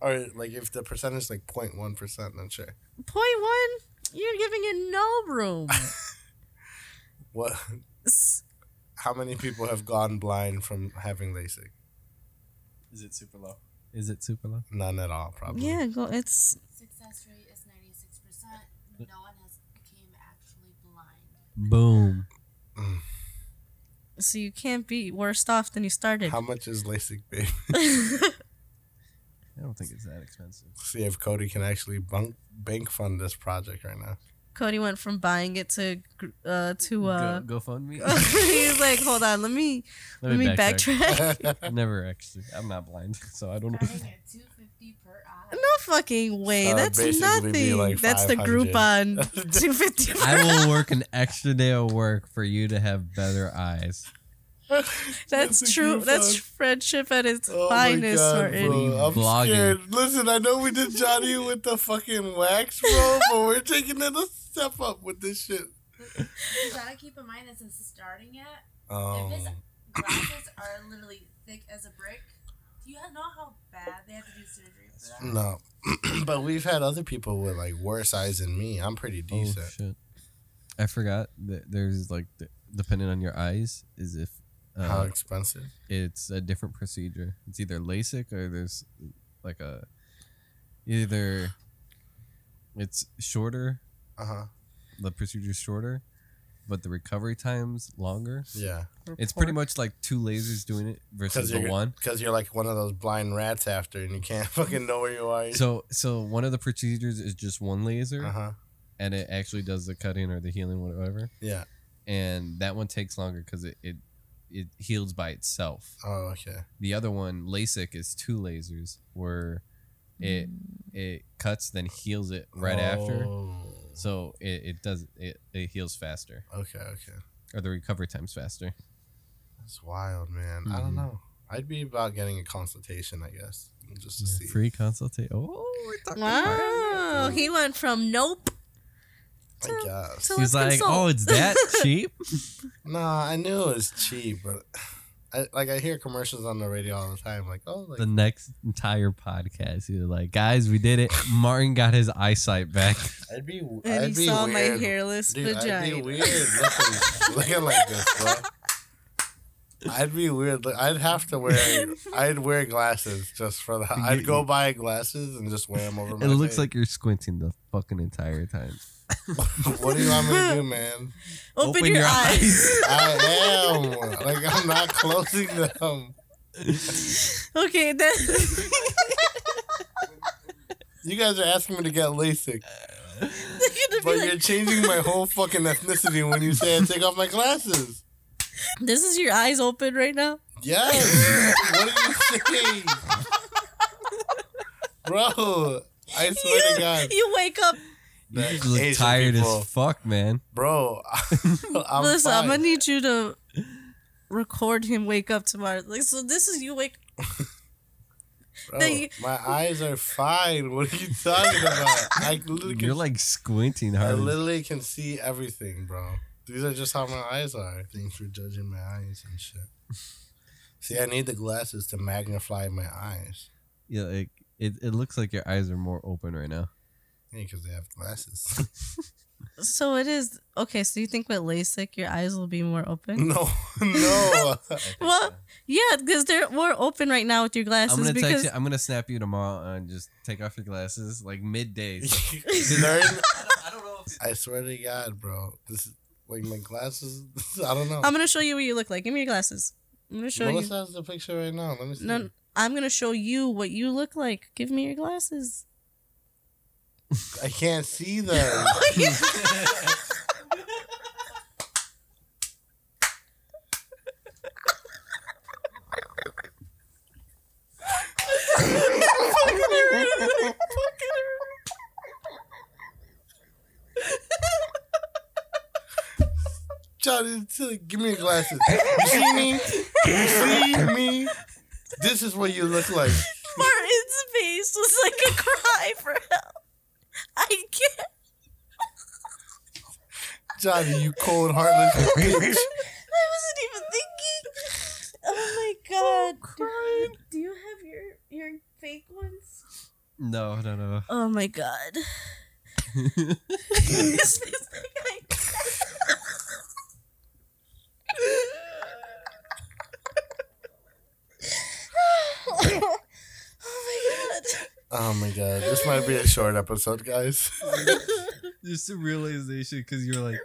S3: or like if the percentage is like 0.1 percent, then sure.
S2: Point one, you're giving it no room.
S3: What?
S2: S-
S3: How many people have gone blind from having LASIK?
S4: Is it super low? Is it super low?
S3: None at all, probably.
S2: yeah, go. It's
S5: Success rate is 96%. No one has became actually blind.
S4: Boom.
S2: so you can't be worse off than you started.
S3: How much is LASIK, babe?
S4: I don't think it's that expensive.
S3: See if Cody can actually bunk, bank fund this project right now.
S2: Cody went from buying it to gr- uh to uh.
S4: Go, GoFundMe.
S2: he's like, hold on, let me let, me backtrack.
S4: Never actually. I'm not blind, so I don't know.
S5: at 250 per eye.
S2: No fucking way.
S3: Uh,
S2: That's
S3: basically be
S2: nothing.
S3: like
S2: That's the
S3: 500.
S2: Groupon 250.
S4: I will work an extra day of work for you to have better eyes.
S2: That's
S3: a
S2: true.
S3: Groupon.
S2: That's friendship at its
S3: Oh my
S2: finest,
S3: God,
S2: Martin.
S3: bro. I'm
S4: Vlogging.
S3: scared. Listen, I know we did Johnny with the fucking wax, bro, but we're taking it a step up with this shit.
S5: You gotta keep in mind, it's starting at
S3: Oh,
S5: If it's glasses are literally thick as a brick. Do you know how bad they have to do surgery for that?
S3: no. but we've had other people with like worse eyes than me. I'm pretty decent.
S4: Oh shit! I forgot that there's like the, depending on your eyes is if
S3: How
S4: uh,
S3: expensive?
S4: it's a different procedure. It's either LASIK or there's like a either it's shorter,
S3: Uh huh.
S4: the procedure's shorter, but the recovery time's longer.
S3: Yeah.
S4: It's pretty much like two lasers doing it versus the
S3: you're
S4: one.
S3: Because you're like one of those blind rats after, and you can't fucking know where you are.
S4: So so one of the procedures is just one laser
S3: uh huh.
S4: and it actually does the cutting or the healing whatever.
S3: Yeah.
S4: And that one takes longer because it, it it heals by itself.
S3: Oh, okay.
S4: The other one, LASIK, is two lasers where it
S2: Mm.
S4: it cuts then heals it right after.
S3: Oh.
S4: So it, it does it, it heals faster
S3: Okay. Okay.
S4: or the recovery time's faster. Mm-hmm.
S3: That's wild, man. I don't know. I'd be about getting a consultation, I guess, just to see.
S4: Free consultation. Oh, we're talking
S2: Wow. He went from nope
S3: I guess.
S2: to
S4: He's like,
S2: let's consult.
S4: oh, it's that cheap.
S3: Nah, I knew it was cheap, but I, like I hear commercials on the radio all the time, like oh, like
S4: the next entire podcast, he's like, guys, we did it. Martin got his eyesight back.
S3: I'd be,
S4: "Oh,
S2: And
S3: I'd
S2: he
S3: be
S2: saw my
S3: weird.
S2: hairless
S3: Dude, I'd be
S2: vagina.
S3: weird looking, looking like this, bro. I'd be weird. Like, I'd have to wear. I'd wear glasses just for the. I'd go buy glasses and just wear them over my.
S4: It looks
S3: face.
S4: like you're squinting the fucking entire time.
S3: what do you want me to do, man?
S2: Open, your, eyes.
S3: I am. Like I'm not closing them.
S2: okay, then.
S3: You guys are asking me to get LASIK,
S2: They're gonna
S3: but
S2: be
S3: you're
S2: like,
S3: changing my whole fucking ethnicity when you say I take off my glasses.
S2: this is your eyes open right now?
S3: Yes. what are you saying, bro? I swear to God.
S2: You wake up.
S4: You
S3: that
S4: just look
S3: Asian
S4: tired
S3: people-
S4: as fuck, man.
S3: bro. I'm
S2: Melissa, I'm
S3: fine.
S2: gonna need you to record him wake up tomorrow. Like, so this is you wake
S3: Bro,
S2: that you-
S3: my eyes are fine. What are you talking about? I literally, can,
S4: You're like squinting
S3: I
S4: hard. as-
S3: literally can see everything, bro. These are just how my eyes are. Thanks for judging my eyes and shit. See, I need the glasses to magnify my eyes.
S4: Yeah, like it, it looks like your eyes are more open right now.
S3: Yeah, because they have glasses.
S2: So it is okay. So you think with LASIK your eyes will be more open?
S3: no, no.
S2: Well, yeah, because they're more open right now with your
S4: I'm
S2: glasses.
S4: gonna text
S2: because
S4: you. I'm gonna snap you tomorrow and just take off your glasses like midday. I,
S3: Learn-
S4: don't, I don't know. If
S3: I swear to God, bro. This is like my glasses. I don't know.
S2: I'm gonna show you what you look like. Give me your glasses. I'm gonna show
S3: Melissa has the picture right now. Let me see.
S2: you. No, I'm gonna show you what you look like. Give me your glasses.
S3: I can't see them. Johnny, t- give me your glasses. You see me? You see me? This is what you look like.
S2: Martin's face was like a cry for help. I can't.
S3: Johnny, you cold heartless bitch.
S2: I wasn't even thinking. Oh my god! do, you, do you have your your fake ones?
S4: no, no, no.
S2: Oh my god. This is like I- oh
S3: Oh my god. This might be a short episode, guys.
S4: Just a realization because you're like,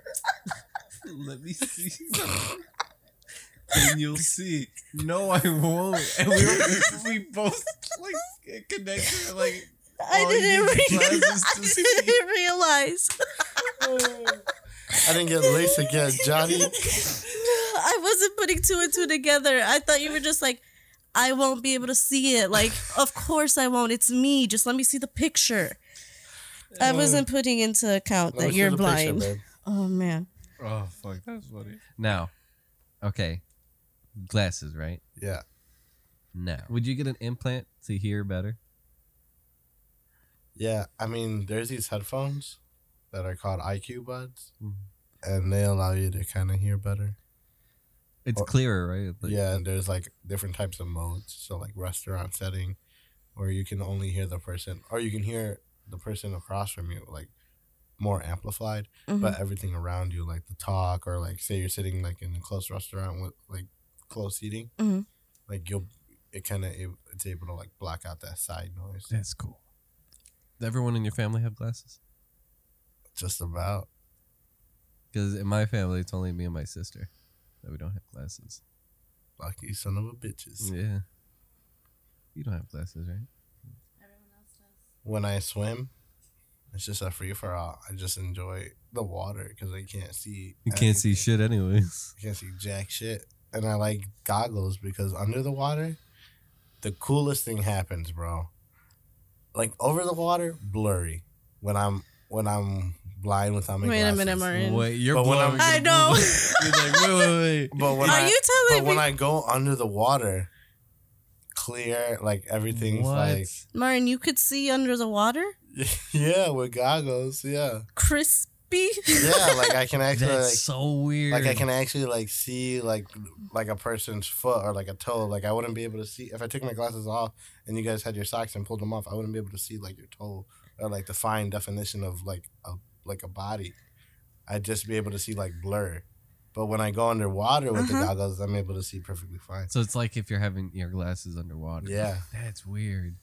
S4: let me see. something." and you'll see. No, I won't. And we, we both like connected. Like
S2: my god. I
S4: Oh, you
S2: didn't,
S4: need
S2: re-
S4: glasses
S2: I
S4: to see.
S2: didn't realize.
S3: I didn't get laced again, Johnny.
S2: I wasn't putting two and two together. I thought you were just like, I won't be able to see it. Like, of course I won't. It's me. Just let me see the picture. I wasn't putting into account
S3: Let me
S2: that
S3: see
S2: you're
S3: the picture,
S2: blind.
S3: babe.
S2: oh man.
S4: oh fuck, that's funny. Now, okay, glasses, right?
S3: yeah.
S4: Now, would you get an implant to hear better?
S3: Yeah, I mean, there's these headphones that are called IQ buds,
S4: Mhm.
S3: and they allow you to kind of hear better.
S4: It's
S3: Oh.
S4: clearer, right? Like-
S3: yeah, and there's like different types of modes. So like restaurant setting, where you can only hear the person, or you can hear the person across from you, like more amplified,
S2: Mhm.
S4: Mm-hmm.
S3: but everything around you, like the talk, or like say you're sitting like in a close restaurant with like close seating,
S4: Mm-hmm.
S2: Mhm.
S3: like you'll it kind of it's able to like block out that side noise.
S4: that's cool. Does everyone in your family have glasses?
S3: Just about.
S4: Because in my family, it's only me and my sister that we don't have glasses.
S3: Lucky son of a bitches.
S4: Yeah. You don't have glasses, right?
S3: when I swim, it's just a free for all. I just enjoy the water because I can't see.
S4: You can't see
S3: anything.
S4: shit, anyways.
S3: I can't see jack shit, and I like goggles because under the water, the coolest thing happens, bro. Like over the water, blurry. When I'm when I'm blind without my
S2: Wait a
S3: glasses.
S2: minute, Mark. Alright.
S4: Wait, you're
S3: But when
S4: blowing
S3: I'm-
S2: I know.
S4: You're like, wait, wait, wait.
S3: But when
S2: Are
S3: I,
S2: you
S3: but
S2: telling
S3: when
S2: me?
S3: I go under the water, clear. Like everything's
S4: What?
S3: like
S2: Martin, you could see under the water?
S3: yeah, with goggles. Yeah,
S2: Crispy?
S3: yeah. Like I can actually
S4: That's
S3: like,
S4: so weird.
S3: like I can actually like see like like a person's foot or like a toe. Like I wouldn't be able to see if I took my glasses off and you guys had your socks and pulled them off. I wouldn't be able to see like your toe or like the fine definition of like a like a body. I'd just be able to see like blur. But when I go underwater with the
S2: Uh-huh.
S3: goggles, I'm able to see perfectly fine.
S4: So it's like if you're having your glasses underwater.
S3: Yeah.
S4: That's weird.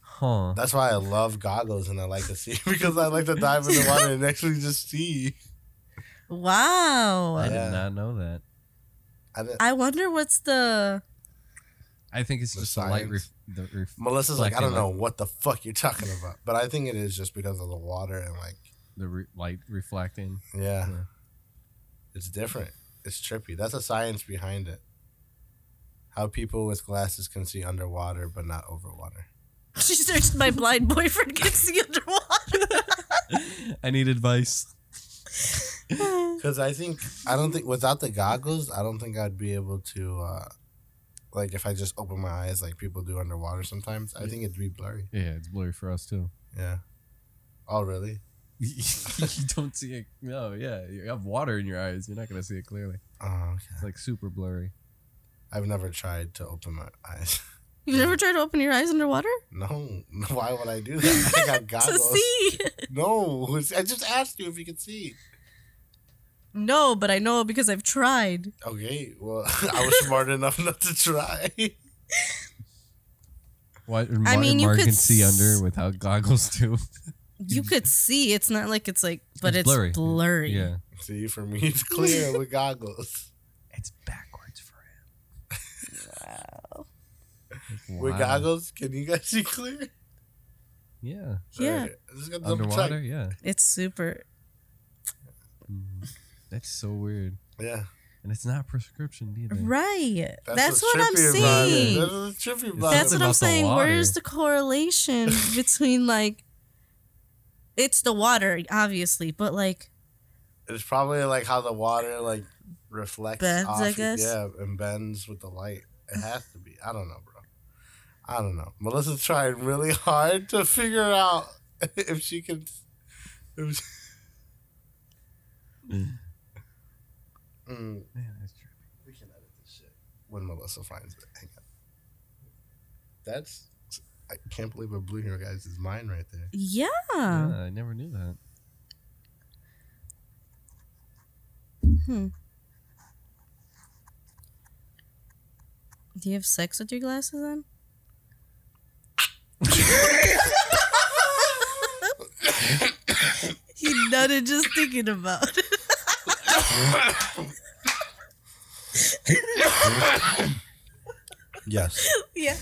S4: Huh.
S3: That's why I love goggles and I like to see because I like to dive in the water and actually just see.
S2: Wow.
S4: I
S3: Yeah.
S4: did not know that.
S3: I didn't,
S2: I wonder what's the
S4: I think it's
S3: The
S4: just the light ref-
S3: science.
S4: the ref-
S3: Melissa's like, I
S4: Reflecting,
S3: don't know what the fuck you're talking about, but I think it is just because of the water and like
S4: the re- light reflecting.
S3: Yeah.
S4: Yeah.
S3: It's different. It's trippy. That's a science behind it. How people with glasses can see underwater but not over water.
S2: she searched my blind boyfriend can see underwater.
S4: I need advice.
S3: Because I think, I don't think, without the goggles, I don't think I'd be able to, uh, like, if I just open my eyes like people do underwater sometimes, I think it'd be blurry.
S4: Yeah, it's blurry for us too.
S3: Yeah. Oh, really?
S4: you don't see it. No, yeah, you have water in your eyes. You're not gonna see it clearly.
S3: Oh, okay.
S4: It's like super blurry.
S3: I've never tried to open my eyes.
S2: You've never tried to open your eyes underwater?
S3: No, why would I do that? I got
S2: To
S3: goggles.
S2: see.
S3: No, I just asked you if you could see.
S2: No, but I know because I've tried.
S3: Okay, well, I was smart enough not to try.
S4: Why?
S2: I mean, you
S4: Mark
S2: could
S4: can see
S2: s-
S4: under without goggles too.
S2: You could see. It's not like it's like, but
S4: It's
S2: it's,
S4: blurry.
S2: blurry.
S4: yeah,
S3: See, for me, it's clear with goggles.
S4: it's backwards for him. Wow.
S3: With goggles, can you guys see clear?
S4: Yeah.
S2: Yeah.
S3: Alright, I'm just gonna double check.
S4: Underwater. Yeah.
S2: It's super.
S4: Mhm. That's so weird.
S3: Yeah,
S4: And it's not prescription either.
S2: Right. That's, what
S3: what's
S2: I'm
S3: trippy about it.
S2: saying.
S3: That's what's trippy about
S2: That's
S3: it.
S2: what
S4: about
S2: I'm
S4: the
S2: saying.
S4: water.
S2: Where's the correlation between like it's the water, obviously, but like
S3: It's probably like how the water like reflects
S2: Bends,
S3: off.
S2: I
S3: you-
S2: guess.
S3: Yeah, and bends with the light. It has to be. I don't know, bro. I don't know. Melissa's trying really hard to figure out if she can. If she... Mm.
S4: Man, that's true.
S3: We can edit this shit when Melissa finds it. Hang on. That's. I can't believe I blew your guys' mind right there.
S2: yeah.
S4: Yeah, I never knew that.
S2: Do you have sex with your glasses on? he nutted just thinking about it.
S3: Yes.
S2: Yeah.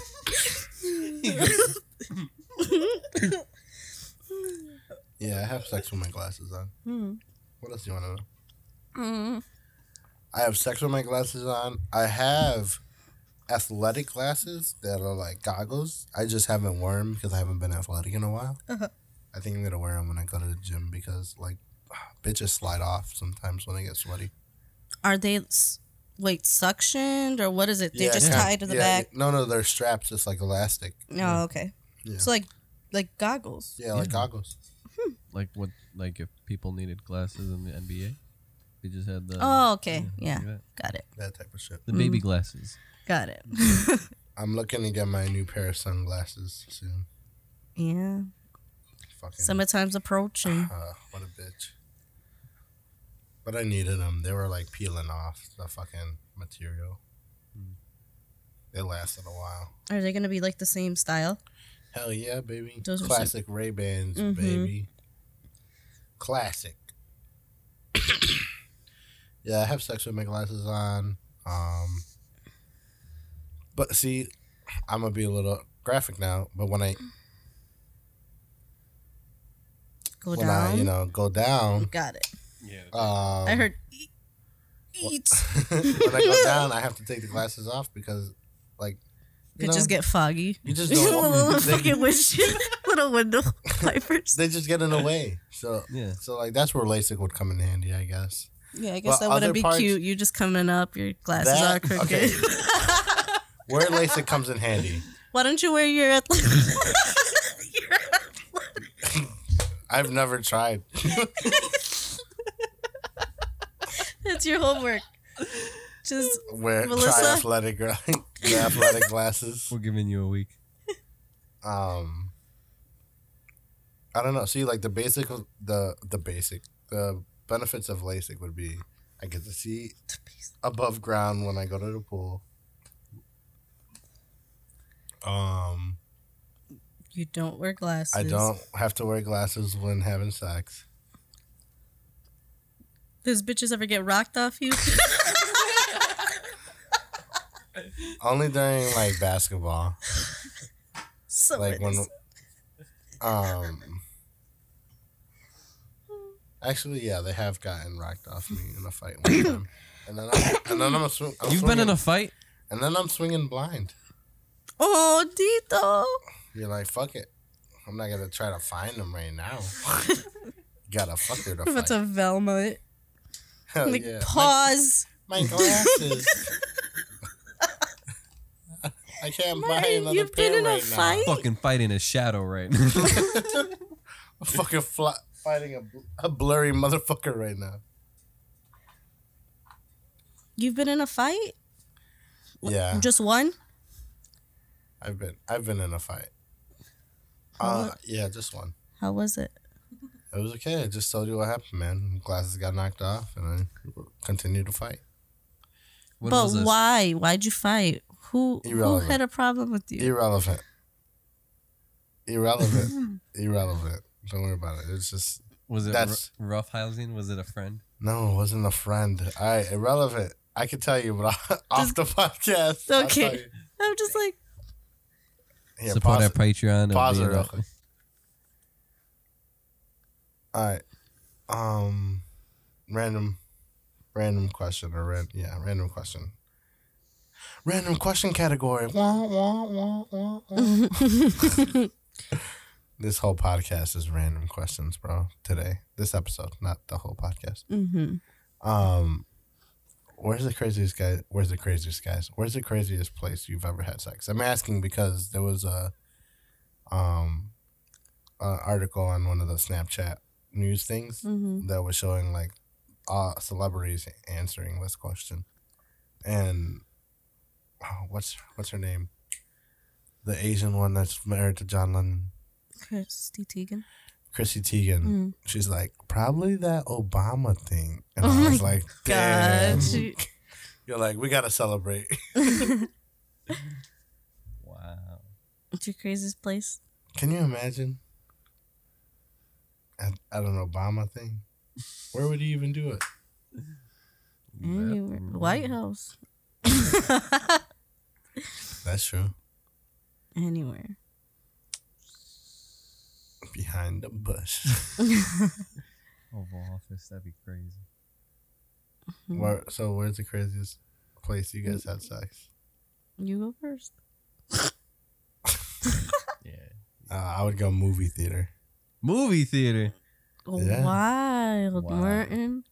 S3: Yeah, I have sex with my glasses on.
S2: Mhm.
S3: What else do you want to know? I have sex with my glasses on. I have athletic glasses that are like goggles. I just haven't worn 'em because I haven't been athletic in a while.
S2: Uh-huh.
S3: I think I'm going to wear them when I go to the gym because, like, bitches slide off sometimes when I get sweaty.
S2: Are they s- wait suctioned or what is it? They
S3: Yeah,
S2: just
S3: yeah.
S2: tie to the
S3: Yeah,
S2: back.
S3: No, no, they're straps. It's like elastic.
S2: No, okay.
S3: Yeah.
S2: So like like goggles.
S3: Yeah, like
S4: Yeah.
S3: goggles.
S4: Like what? Like if people needed glasses in the NBA, they just had the.
S2: Oh, okay.
S4: like
S2: Yeah. Mm-hmm.
S4: that.
S2: Got it.
S3: That type of shit.
S4: The baby glasses.
S2: Got it.
S3: I'm looking to get my new pair of sunglasses soon.
S2: yeah.
S3: Fucking.
S2: Summertime's approaching.
S3: uh, what a bitch. But I needed them. They were like peeling off the fucking material. They lasted a while.
S2: Are they gonna be like the same style?
S3: Hell yeah, baby.
S2: Those are
S3: Classic Ray Bans,
S2: Mhm.
S3: baby. Classic. yeah, I have sex with my glasses on. Um, but see, I'm gonna be a little graphic now. But when I
S2: Go
S3: when
S2: down.
S3: I you know go down,
S2: Got it.
S4: Yeah.
S3: um,
S2: I heard e- eat.
S3: when I go down, I have to take the glasses off because like you
S2: Bitches
S3: know,
S2: get foggy.
S3: you just
S2: little
S3: don't they,
S2: fucking windshield, little window wipers.
S3: they just get in the way. So
S4: Yeah.
S3: so like that's where LASIK would come in handy, I guess.
S2: Yeah, I guess
S3: guess Well, that
S2: that
S3: wouldn't other
S2: wouldn't
S3: be
S2: be
S3: parts- cute.
S2: cute. You just coming up, your glasses
S3: That-
S2: are crooked.
S3: okay. Wear LASIK comes in handy.
S2: Why don't you wear your athletic? your athletic-
S3: I've never tried.
S2: That's your homework. Just
S3: Wear
S2: Melissa?
S3: try athletic gla- the athletic glasses.
S4: We're giving you a week.
S3: Um, I don't know. See, like the basic, the the basic, the benefits of LASIK would be I get to see above ground when I go to the pool. Um,
S2: you don't wear glasses.
S3: I don't have to wear glasses when having sex.
S2: Does bitches ever get rocked off you?
S3: Only during like basketball,
S2: so
S3: like
S2: it
S3: when.
S2: is.
S3: Um. Actually, yeah, they have gotten rocked off me in a fight one time, and then I'm, and then I'm, a swing, I'm
S4: You've
S3: swinging,
S4: been in a fight?
S3: and then I'm swinging blind.
S2: Oh, Dito.
S3: You're like, fuck it. I'm not gonna try to find them right now. Got a fucker to
S2: What about
S3: find.
S2: to Velma? it?
S3: Hell
S2: like,
S3: yeah.
S2: pause.
S3: My, my glasses. I can't buy
S2: Martin,
S3: another
S2: you've
S3: pair
S2: been in a
S3: right
S2: fight?
S4: Fucking fighting a shadow right now.
S3: now. I'm fucking fl- fighting a, bl- a blurry motherfucker right now.
S2: You've been in a fight?
S3: Yeah,
S2: Just one?
S3: I've been I've been in a fight. Uh, yeah, just one.
S2: How was it?
S3: It was okay. I just told you what happened, man. Glasses got knocked off, and I continued to fight.
S4: What
S2: but
S4: was this?
S2: why? Why'd you fight? Who who
S3: Irrelevant.
S2: had a problem with you?
S3: Irrelevant. Irrelevant. Irrelevant. Don't worry about it. It's just
S4: Was it
S3: That's-
S4: ru- rough housing? Was it a friend?
S3: no, it wasn't a friend. All right, irrelevant. I could tell you, but off the podcast. I'll
S2: Okay.
S3: tell you.
S2: I'm just like,
S3: Here,
S4: Support
S3: pause
S4: our
S3: it.
S4: Patreon. It'll
S3: Pause
S4: be
S3: it
S4: a-
S3: real quick. All right. Um, random, random question or ran, yeah, random question. Random question category. Wah, wah, wah, wah, wah. this whole podcast is random questions, bro. Today, this episode, not the whole podcast.
S2: mm-hmm.
S3: Um, where's the craziest guy? Where's the craziest guys? Where's the craziest place you've ever had sex? I'm asking because there was a, um, an article on one of the Snapchat news things
S2: Mm-hmm.
S3: that was showing like, uh, celebrities answering this question, and oh, what's what's her name? The Asian one that's married to John Lennon,
S2: Christy Teigen.
S3: Chrissy Teigen.
S2: Mm.
S3: She's like, probably that Obama thing. And
S2: Oh
S3: I was
S2: my
S3: like, damn.
S2: God. She-
S3: You're like, we gotta celebrate.
S4: Wow.
S2: What's your craziest place?
S3: Can you imagine? At, at an Obama thing? Where would you even do it?
S2: Anywhere. Mm, White House.
S3: That's true.
S2: Anywhere.
S3: Behind the bush.
S4: Oval Office. That'd be crazy.
S3: Where, so where's the craziest place you guys had sex?
S2: You go first.
S4: Yeah.
S3: Uh, I would go movie theater.
S4: Movie theater.
S3: Yeah.
S2: Wild,
S4: Wow.
S2: Martin.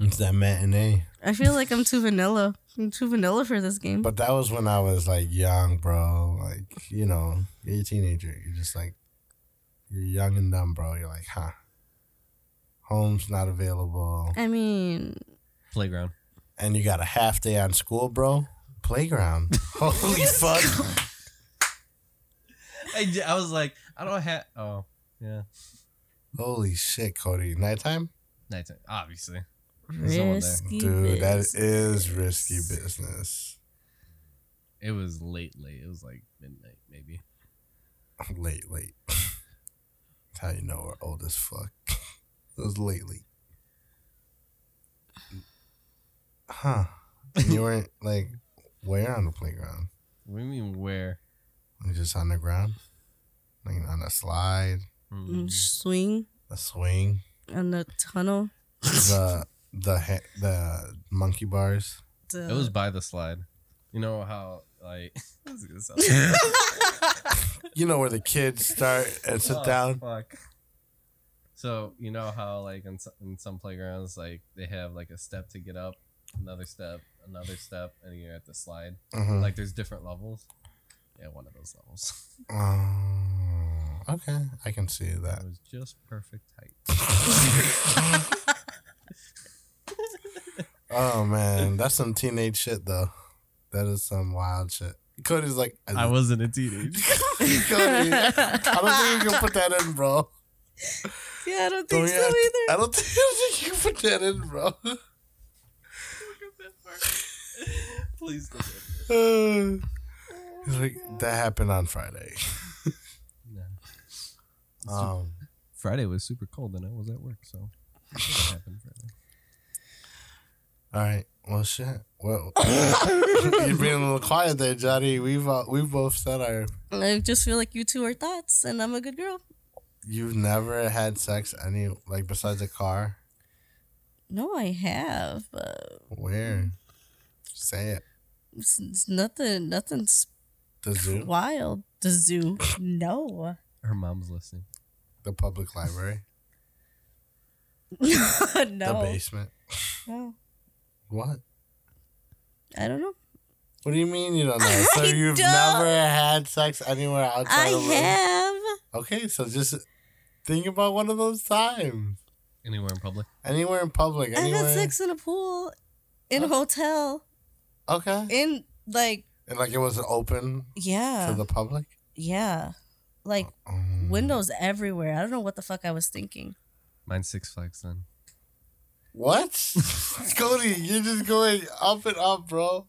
S3: It's that matinee.
S2: I feel like I'm too vanilla. I'm too vanilla for this game.
S3: But that was when I was like young, bro. Like, you know, you're a teenager. You're just like, you're young and dumb, bro. You're like, huh. Home's not available.
S2: I mean,
S4: Playground.
S3: And you got a half day on school, bro. Playground. Holy fuck.
S4: I, j- I was like, I don't have. Oh, yeah.
S3: Holy shit, Cody. Nighttime?
S4: Nighttime. Obviously. There's someone there.
S2: risky.
S3: Dude, that
S2: biz.
S3: is risky business.
S4: It was late, late. It was like midnight, maybe.
S3: Late, late. That's how you know we're old as fuck. It was lately. Huh. And you weren't like where on the playground?
S4: What do you mean where?
S3: Like just on the ground? Like on a slide,
S4: Mm.
S2: Mm, Swing
S3: a swing,
S2: on the tunnel.
S4: uh,
S3: the the ha- the monkey bars.
S2: The-
S4: It was by the slide. You know how like this is gonna sound-
S3: You know where the kids start and sit
S4: Oh,
S3: down.
S4: Fuck. So you know how like in some, in some playgrounds like they have like a step to get up, another step, another step, and you're at the slide.
S3: Mm-hmm.
S4: Like there's different levels. Yeah, one of those levels.
S3: Um, okay, I can see that.
S4: It was just perfect height.
S3: Oh man, that's some teenage shit though. That is some wild shit. Cody's like,
S4: I wasn't a teenager.
S3: Cody, I don't think you can put that in, bro.
S2: Yeah, I don't think
S3: Don't you
S2: so
S3: have to-
S2: either.
S3: I don't think, I don't think you can put that in, bro.
S4: Please don't.
S3: He's like, that happened on Friday.
S4: No.
S3: Um,
S4: Friday was super cold, and I was at work, so it happened Friday.
S3: all right. Well, shit. Well, you're being a little quiet there, Johnny. We've uh, we've both said our.
S2: I just feel like you two are thoughts, and I'm a good girl.
S3: You've never had sex any like besides a car.
S2: No, I have. Uh,
S3: Where? Say it.
S2: it's, it's nothing. Nothing's
S3: The zoo,
S2: wild. The zoo. No.
S4: Her mom's listening.
S3: the public library, the
S2: no.
S3: basement.
S2: No.
S3: What?
S2: I don't know.
S3: What do you mean you don't know? So
S2: I
S3: you've
S2: don't.
S3: never had sex anywhere
S2: I
S3: outside of a-
S2: have.
S3: Okay, so just think about one of those times.
S4: Anywhere in public.
S3: Anywhere in public, anywhere.
S2: I've had sex in a pool, in a hotel,
S3: Okay.
S2: in like
S3: And like it wasn't open
S2: yeah,
S3: to the public.
S2: yeah, like
S3: Um,
S2: windows everywhere. I don't know what the fuck I was thinking.
S4: Mine's Six Flags then.
S3: What? Cody, you're just going up and up, bro.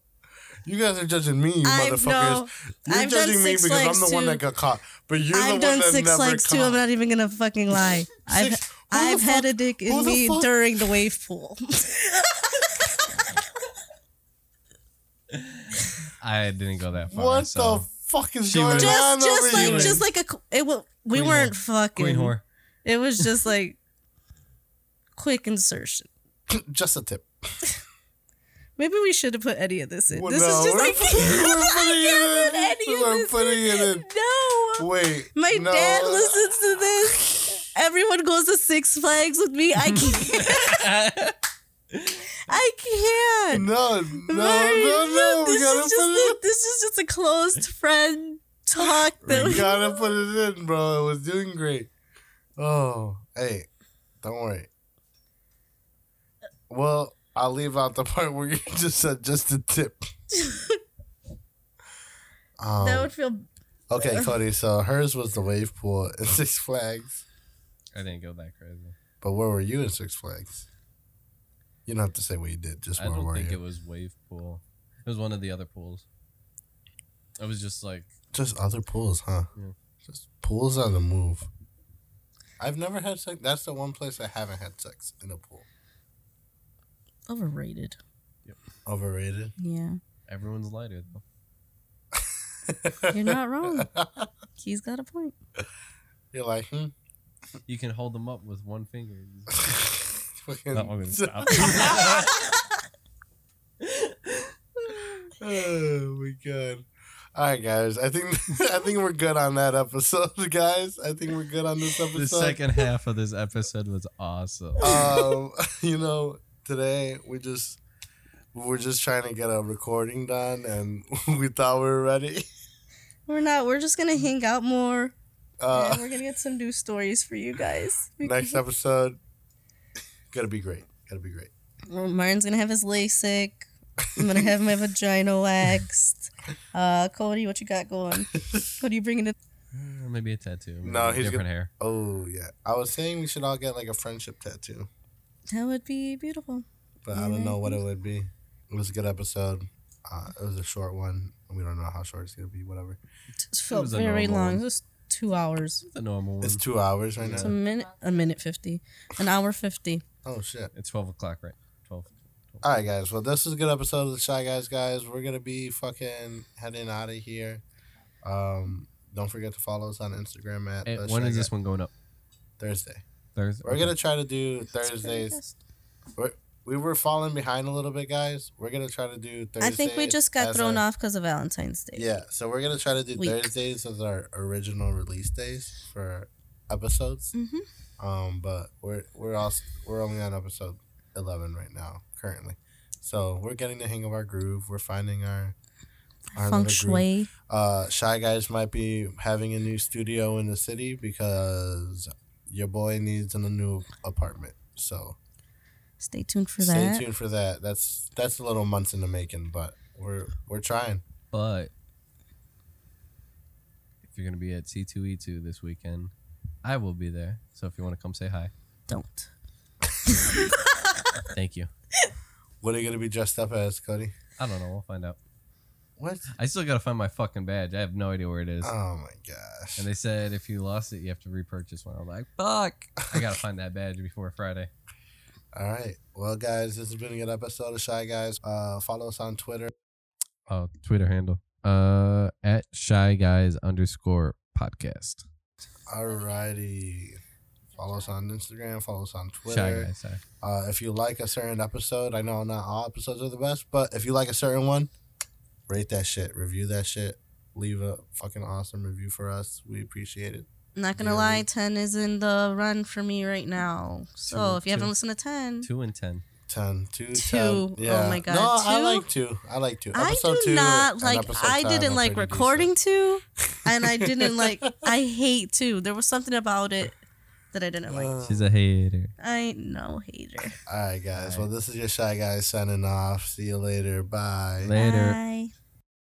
S3: You guys are judging me, you motherfuckers. You're
S2: I've done
S3: judging me
S2: Six
S3: because I'm
S2: Flags
S3: the one
S2: too.
S3: that got caught. But you're
S2: I've
S3: the one
S2: done
S3: that
S2: six
S3: never
S2: legs
S3: caught.
S2: too. I'm not even gonna fucking lie. I've
S3: Six- who the
S2: I've had
S3: fuck-
S2: a dick
S3: who
S2: in
S3: the
S2: me
S3: fuck-
S2: during the wave pool.
S4: I didn't go that far.
S3: What
S4: so.
S3: the fuck is
S4: She
S3: going
S4: was-
S3: on
S2: just just
S3: over
S2: like
S3: here?
S2: just like a qu- it. wa- We
S4: Queen
S2: weren't fucking.
S4: Queen whore.
S2: It was just like quick insertion.
S3: just a tip.
S2: Maybe we should have put any of this in.
S3: Well,
S2: this
S3: no,
S2: is just
S3: we're
S2: like
S3: putting- we're putting
S2: I
S3: it
S2: can't
S3: in.
S2: put any of
S3: We're
S2: this
S3: putting it in.
S2: No,
S3: Wait.
S2: my
S3: no.
S2: dad listens to this. Everyone goes to Six Flags with me. I can't. I can't.
S3: No, no, no,
S2: Mary,
S3: no. We
S2: This
S3: gotta
S2: is
S3: put
S2: just
S3: it
S2: a, this is just a closed friend talk that
S3: in.
S2: we
S3: We gotta put it in, bro. It was doing great. Oh, hey, don't worry. Well, I'll leave out the part where you just said just a tip. um,
S2: that would feel.
S3: okay, Cody. So hers was the wave pool at Six Flags.
S4: I didn't go that crazy.
S3: But where were you in Six Flags? You don't have to say what you did. Just
S4: I
S3: where
S4: don't
S3: were
S4: think
S3: you?
S4: it was wave pool. It was one of the other pools. It was just like
S3: Just other pools, huh?
S4: Yeah.
S3: Just pools on the move. I've never had sex. That's the one place I haven't had sex in a pool.
S2: Overrated.
S3: Overrated.
S2: Yeah,
S4: everyone's lighter though.
S2: you're not wrong. He's got a point.
S3: You're like, hmm.
S4: You can hold them up with one finger.
S3: Fucking-
S4: That one is-
S3: oh my god. All right, guys. I think I think we're good on that episode, guys. I think we're good on this episode.
S4: the second half of this episode was awesome.
S3: um, you know, today we just we're just trying to get a recording done, and we thought we were ready.
S2: We're not. We're just gonna hang out more.
S3: Uh,
S2: and we're gonna get some new stories for you guys.
S3: next episode, gonna be great. Gonna be great.
S2: Well, Oh, Martin's gonna have his LASIK. I'm gonna have my vagina waxed. Uh, Cody, what you got going? What are you bringing it?
S4: Or maybe a tattoo. Maybe
S3: No, he's
S4: different
S3: gonna-
S4: hair.
S3: Oh yeah, I was saying we should all get like a friendship tattoo,
S2: That would be beautiful.
S3: but I don't know what it would be. It was a good episode. Uh, it was a short one. We don't know how short it's gonna be. Whatever.
S2: It felt
S4: was a
S2: very
S4: normal
S2: long.
S4: one.
S2: Just two hours.
S4: The normal one.
S3: It's two hours right
S2: It's
S3: now.
S2: a minute, a minute fifty, an hour fifty.
S3: Oh shit.
S4: It's twelve o'clock, right? Twelve.
S3: All right, guys. Well, this is a good episode of the Shy Guys. Guys, we're gonna be fucking heading out of here. Um, don't forget to follow us on Instagram at
S4: Eh,
S3: The
S4: when
S3: Shy
S4: is
S3: Guy-
S4: this one going up?
S3: Thursday?
S4: Thursday.
S3: We're gonna try to do Thursdays. We're, we were falling behind a little bit, guys. We're gonna try to do
S2: I
S3: Thursdays.
S2: think we just got
S3: as
S2: thrown
S3: our-
S2: off because of Valentine's Day.
S3: Yeah, so we're gonna try to do
S2: Week.
S3: Thursdays as our original release days for episodes.
S2: Mhm.
S3: Um, but we're we're also we're only on episode eleven right now currently. So we're getting the hang of our groove. We're finding our, our
S2: Feng
S3: little
S2: Shui.
S3: groove. Uh, Shy Guys might be having a new studio in the city because your boy needs a new apartment. So
S2: Stay tuned for
S3: stay
S2: that.
S3: tuned for that. That's that's a little months in the making, but we're we're trying.
S4: But if you're gonna be at C2E2 this weekend, I will be there. So if you want to come say hi,
S2: Don't.
S4: thank you.
S3: What are you gonna be dressed up as, Cody?
S4: I don't know. We'll find out.
S3: What?
S4: I still gotta find my fucking badge. I have no idea where it is.
S3: Oh my gosh.
S4: And they said if you lost it, you have to repurchase one. I'm like, fuck. I gotta find that badge before Friday.
S3: All right. Well, guys, this has been a good episode of Shy Guys. Uh, follow us on Twitter.
S4: Oh, Twitter handle. Uh, at shy guys underscore podcast.
S3: All righty. Follow us on Instagram. Follow us on Twitter.
S4: Shy guys. Sorry.
S3: Uh, if you like a certain episode, I know not all episodes are the best, but if you like a certain one, rate that shit, review that shit, leave a fucking awesome review for us. We appreciate it.
S2: Not gonna
S3: Yeah.
S2: lie, ten is in the run for me right now. So
S4: Two,
S2: if you haven't
S4: two.
S2: listened to ten,
S4: Two and ten.
S3: 10, 2,
S2: Two.
S3: 10. Yeah.
S2: Oh my God,
S3: No, I
S2: two?
S3: like 2. I like 2.
S2: I
S3: Episode
S2: do
S3: two
S2: not
S3: and
S2: like.
S3: episode
S2: I
S3: five
S2: didn't
S3: are
S2: like
S3: pretty
S2: recording
S3: decent.
S2: two, and I didn't like. I hate two. There was something about it that I didn't like.
S3: Uh,
S4: She's a hater.
S2: I no hater.
S3: all right, guys. Well, this is your Shy Guys signing off. See you later. Bye.
S4: Later.
S2: Bye.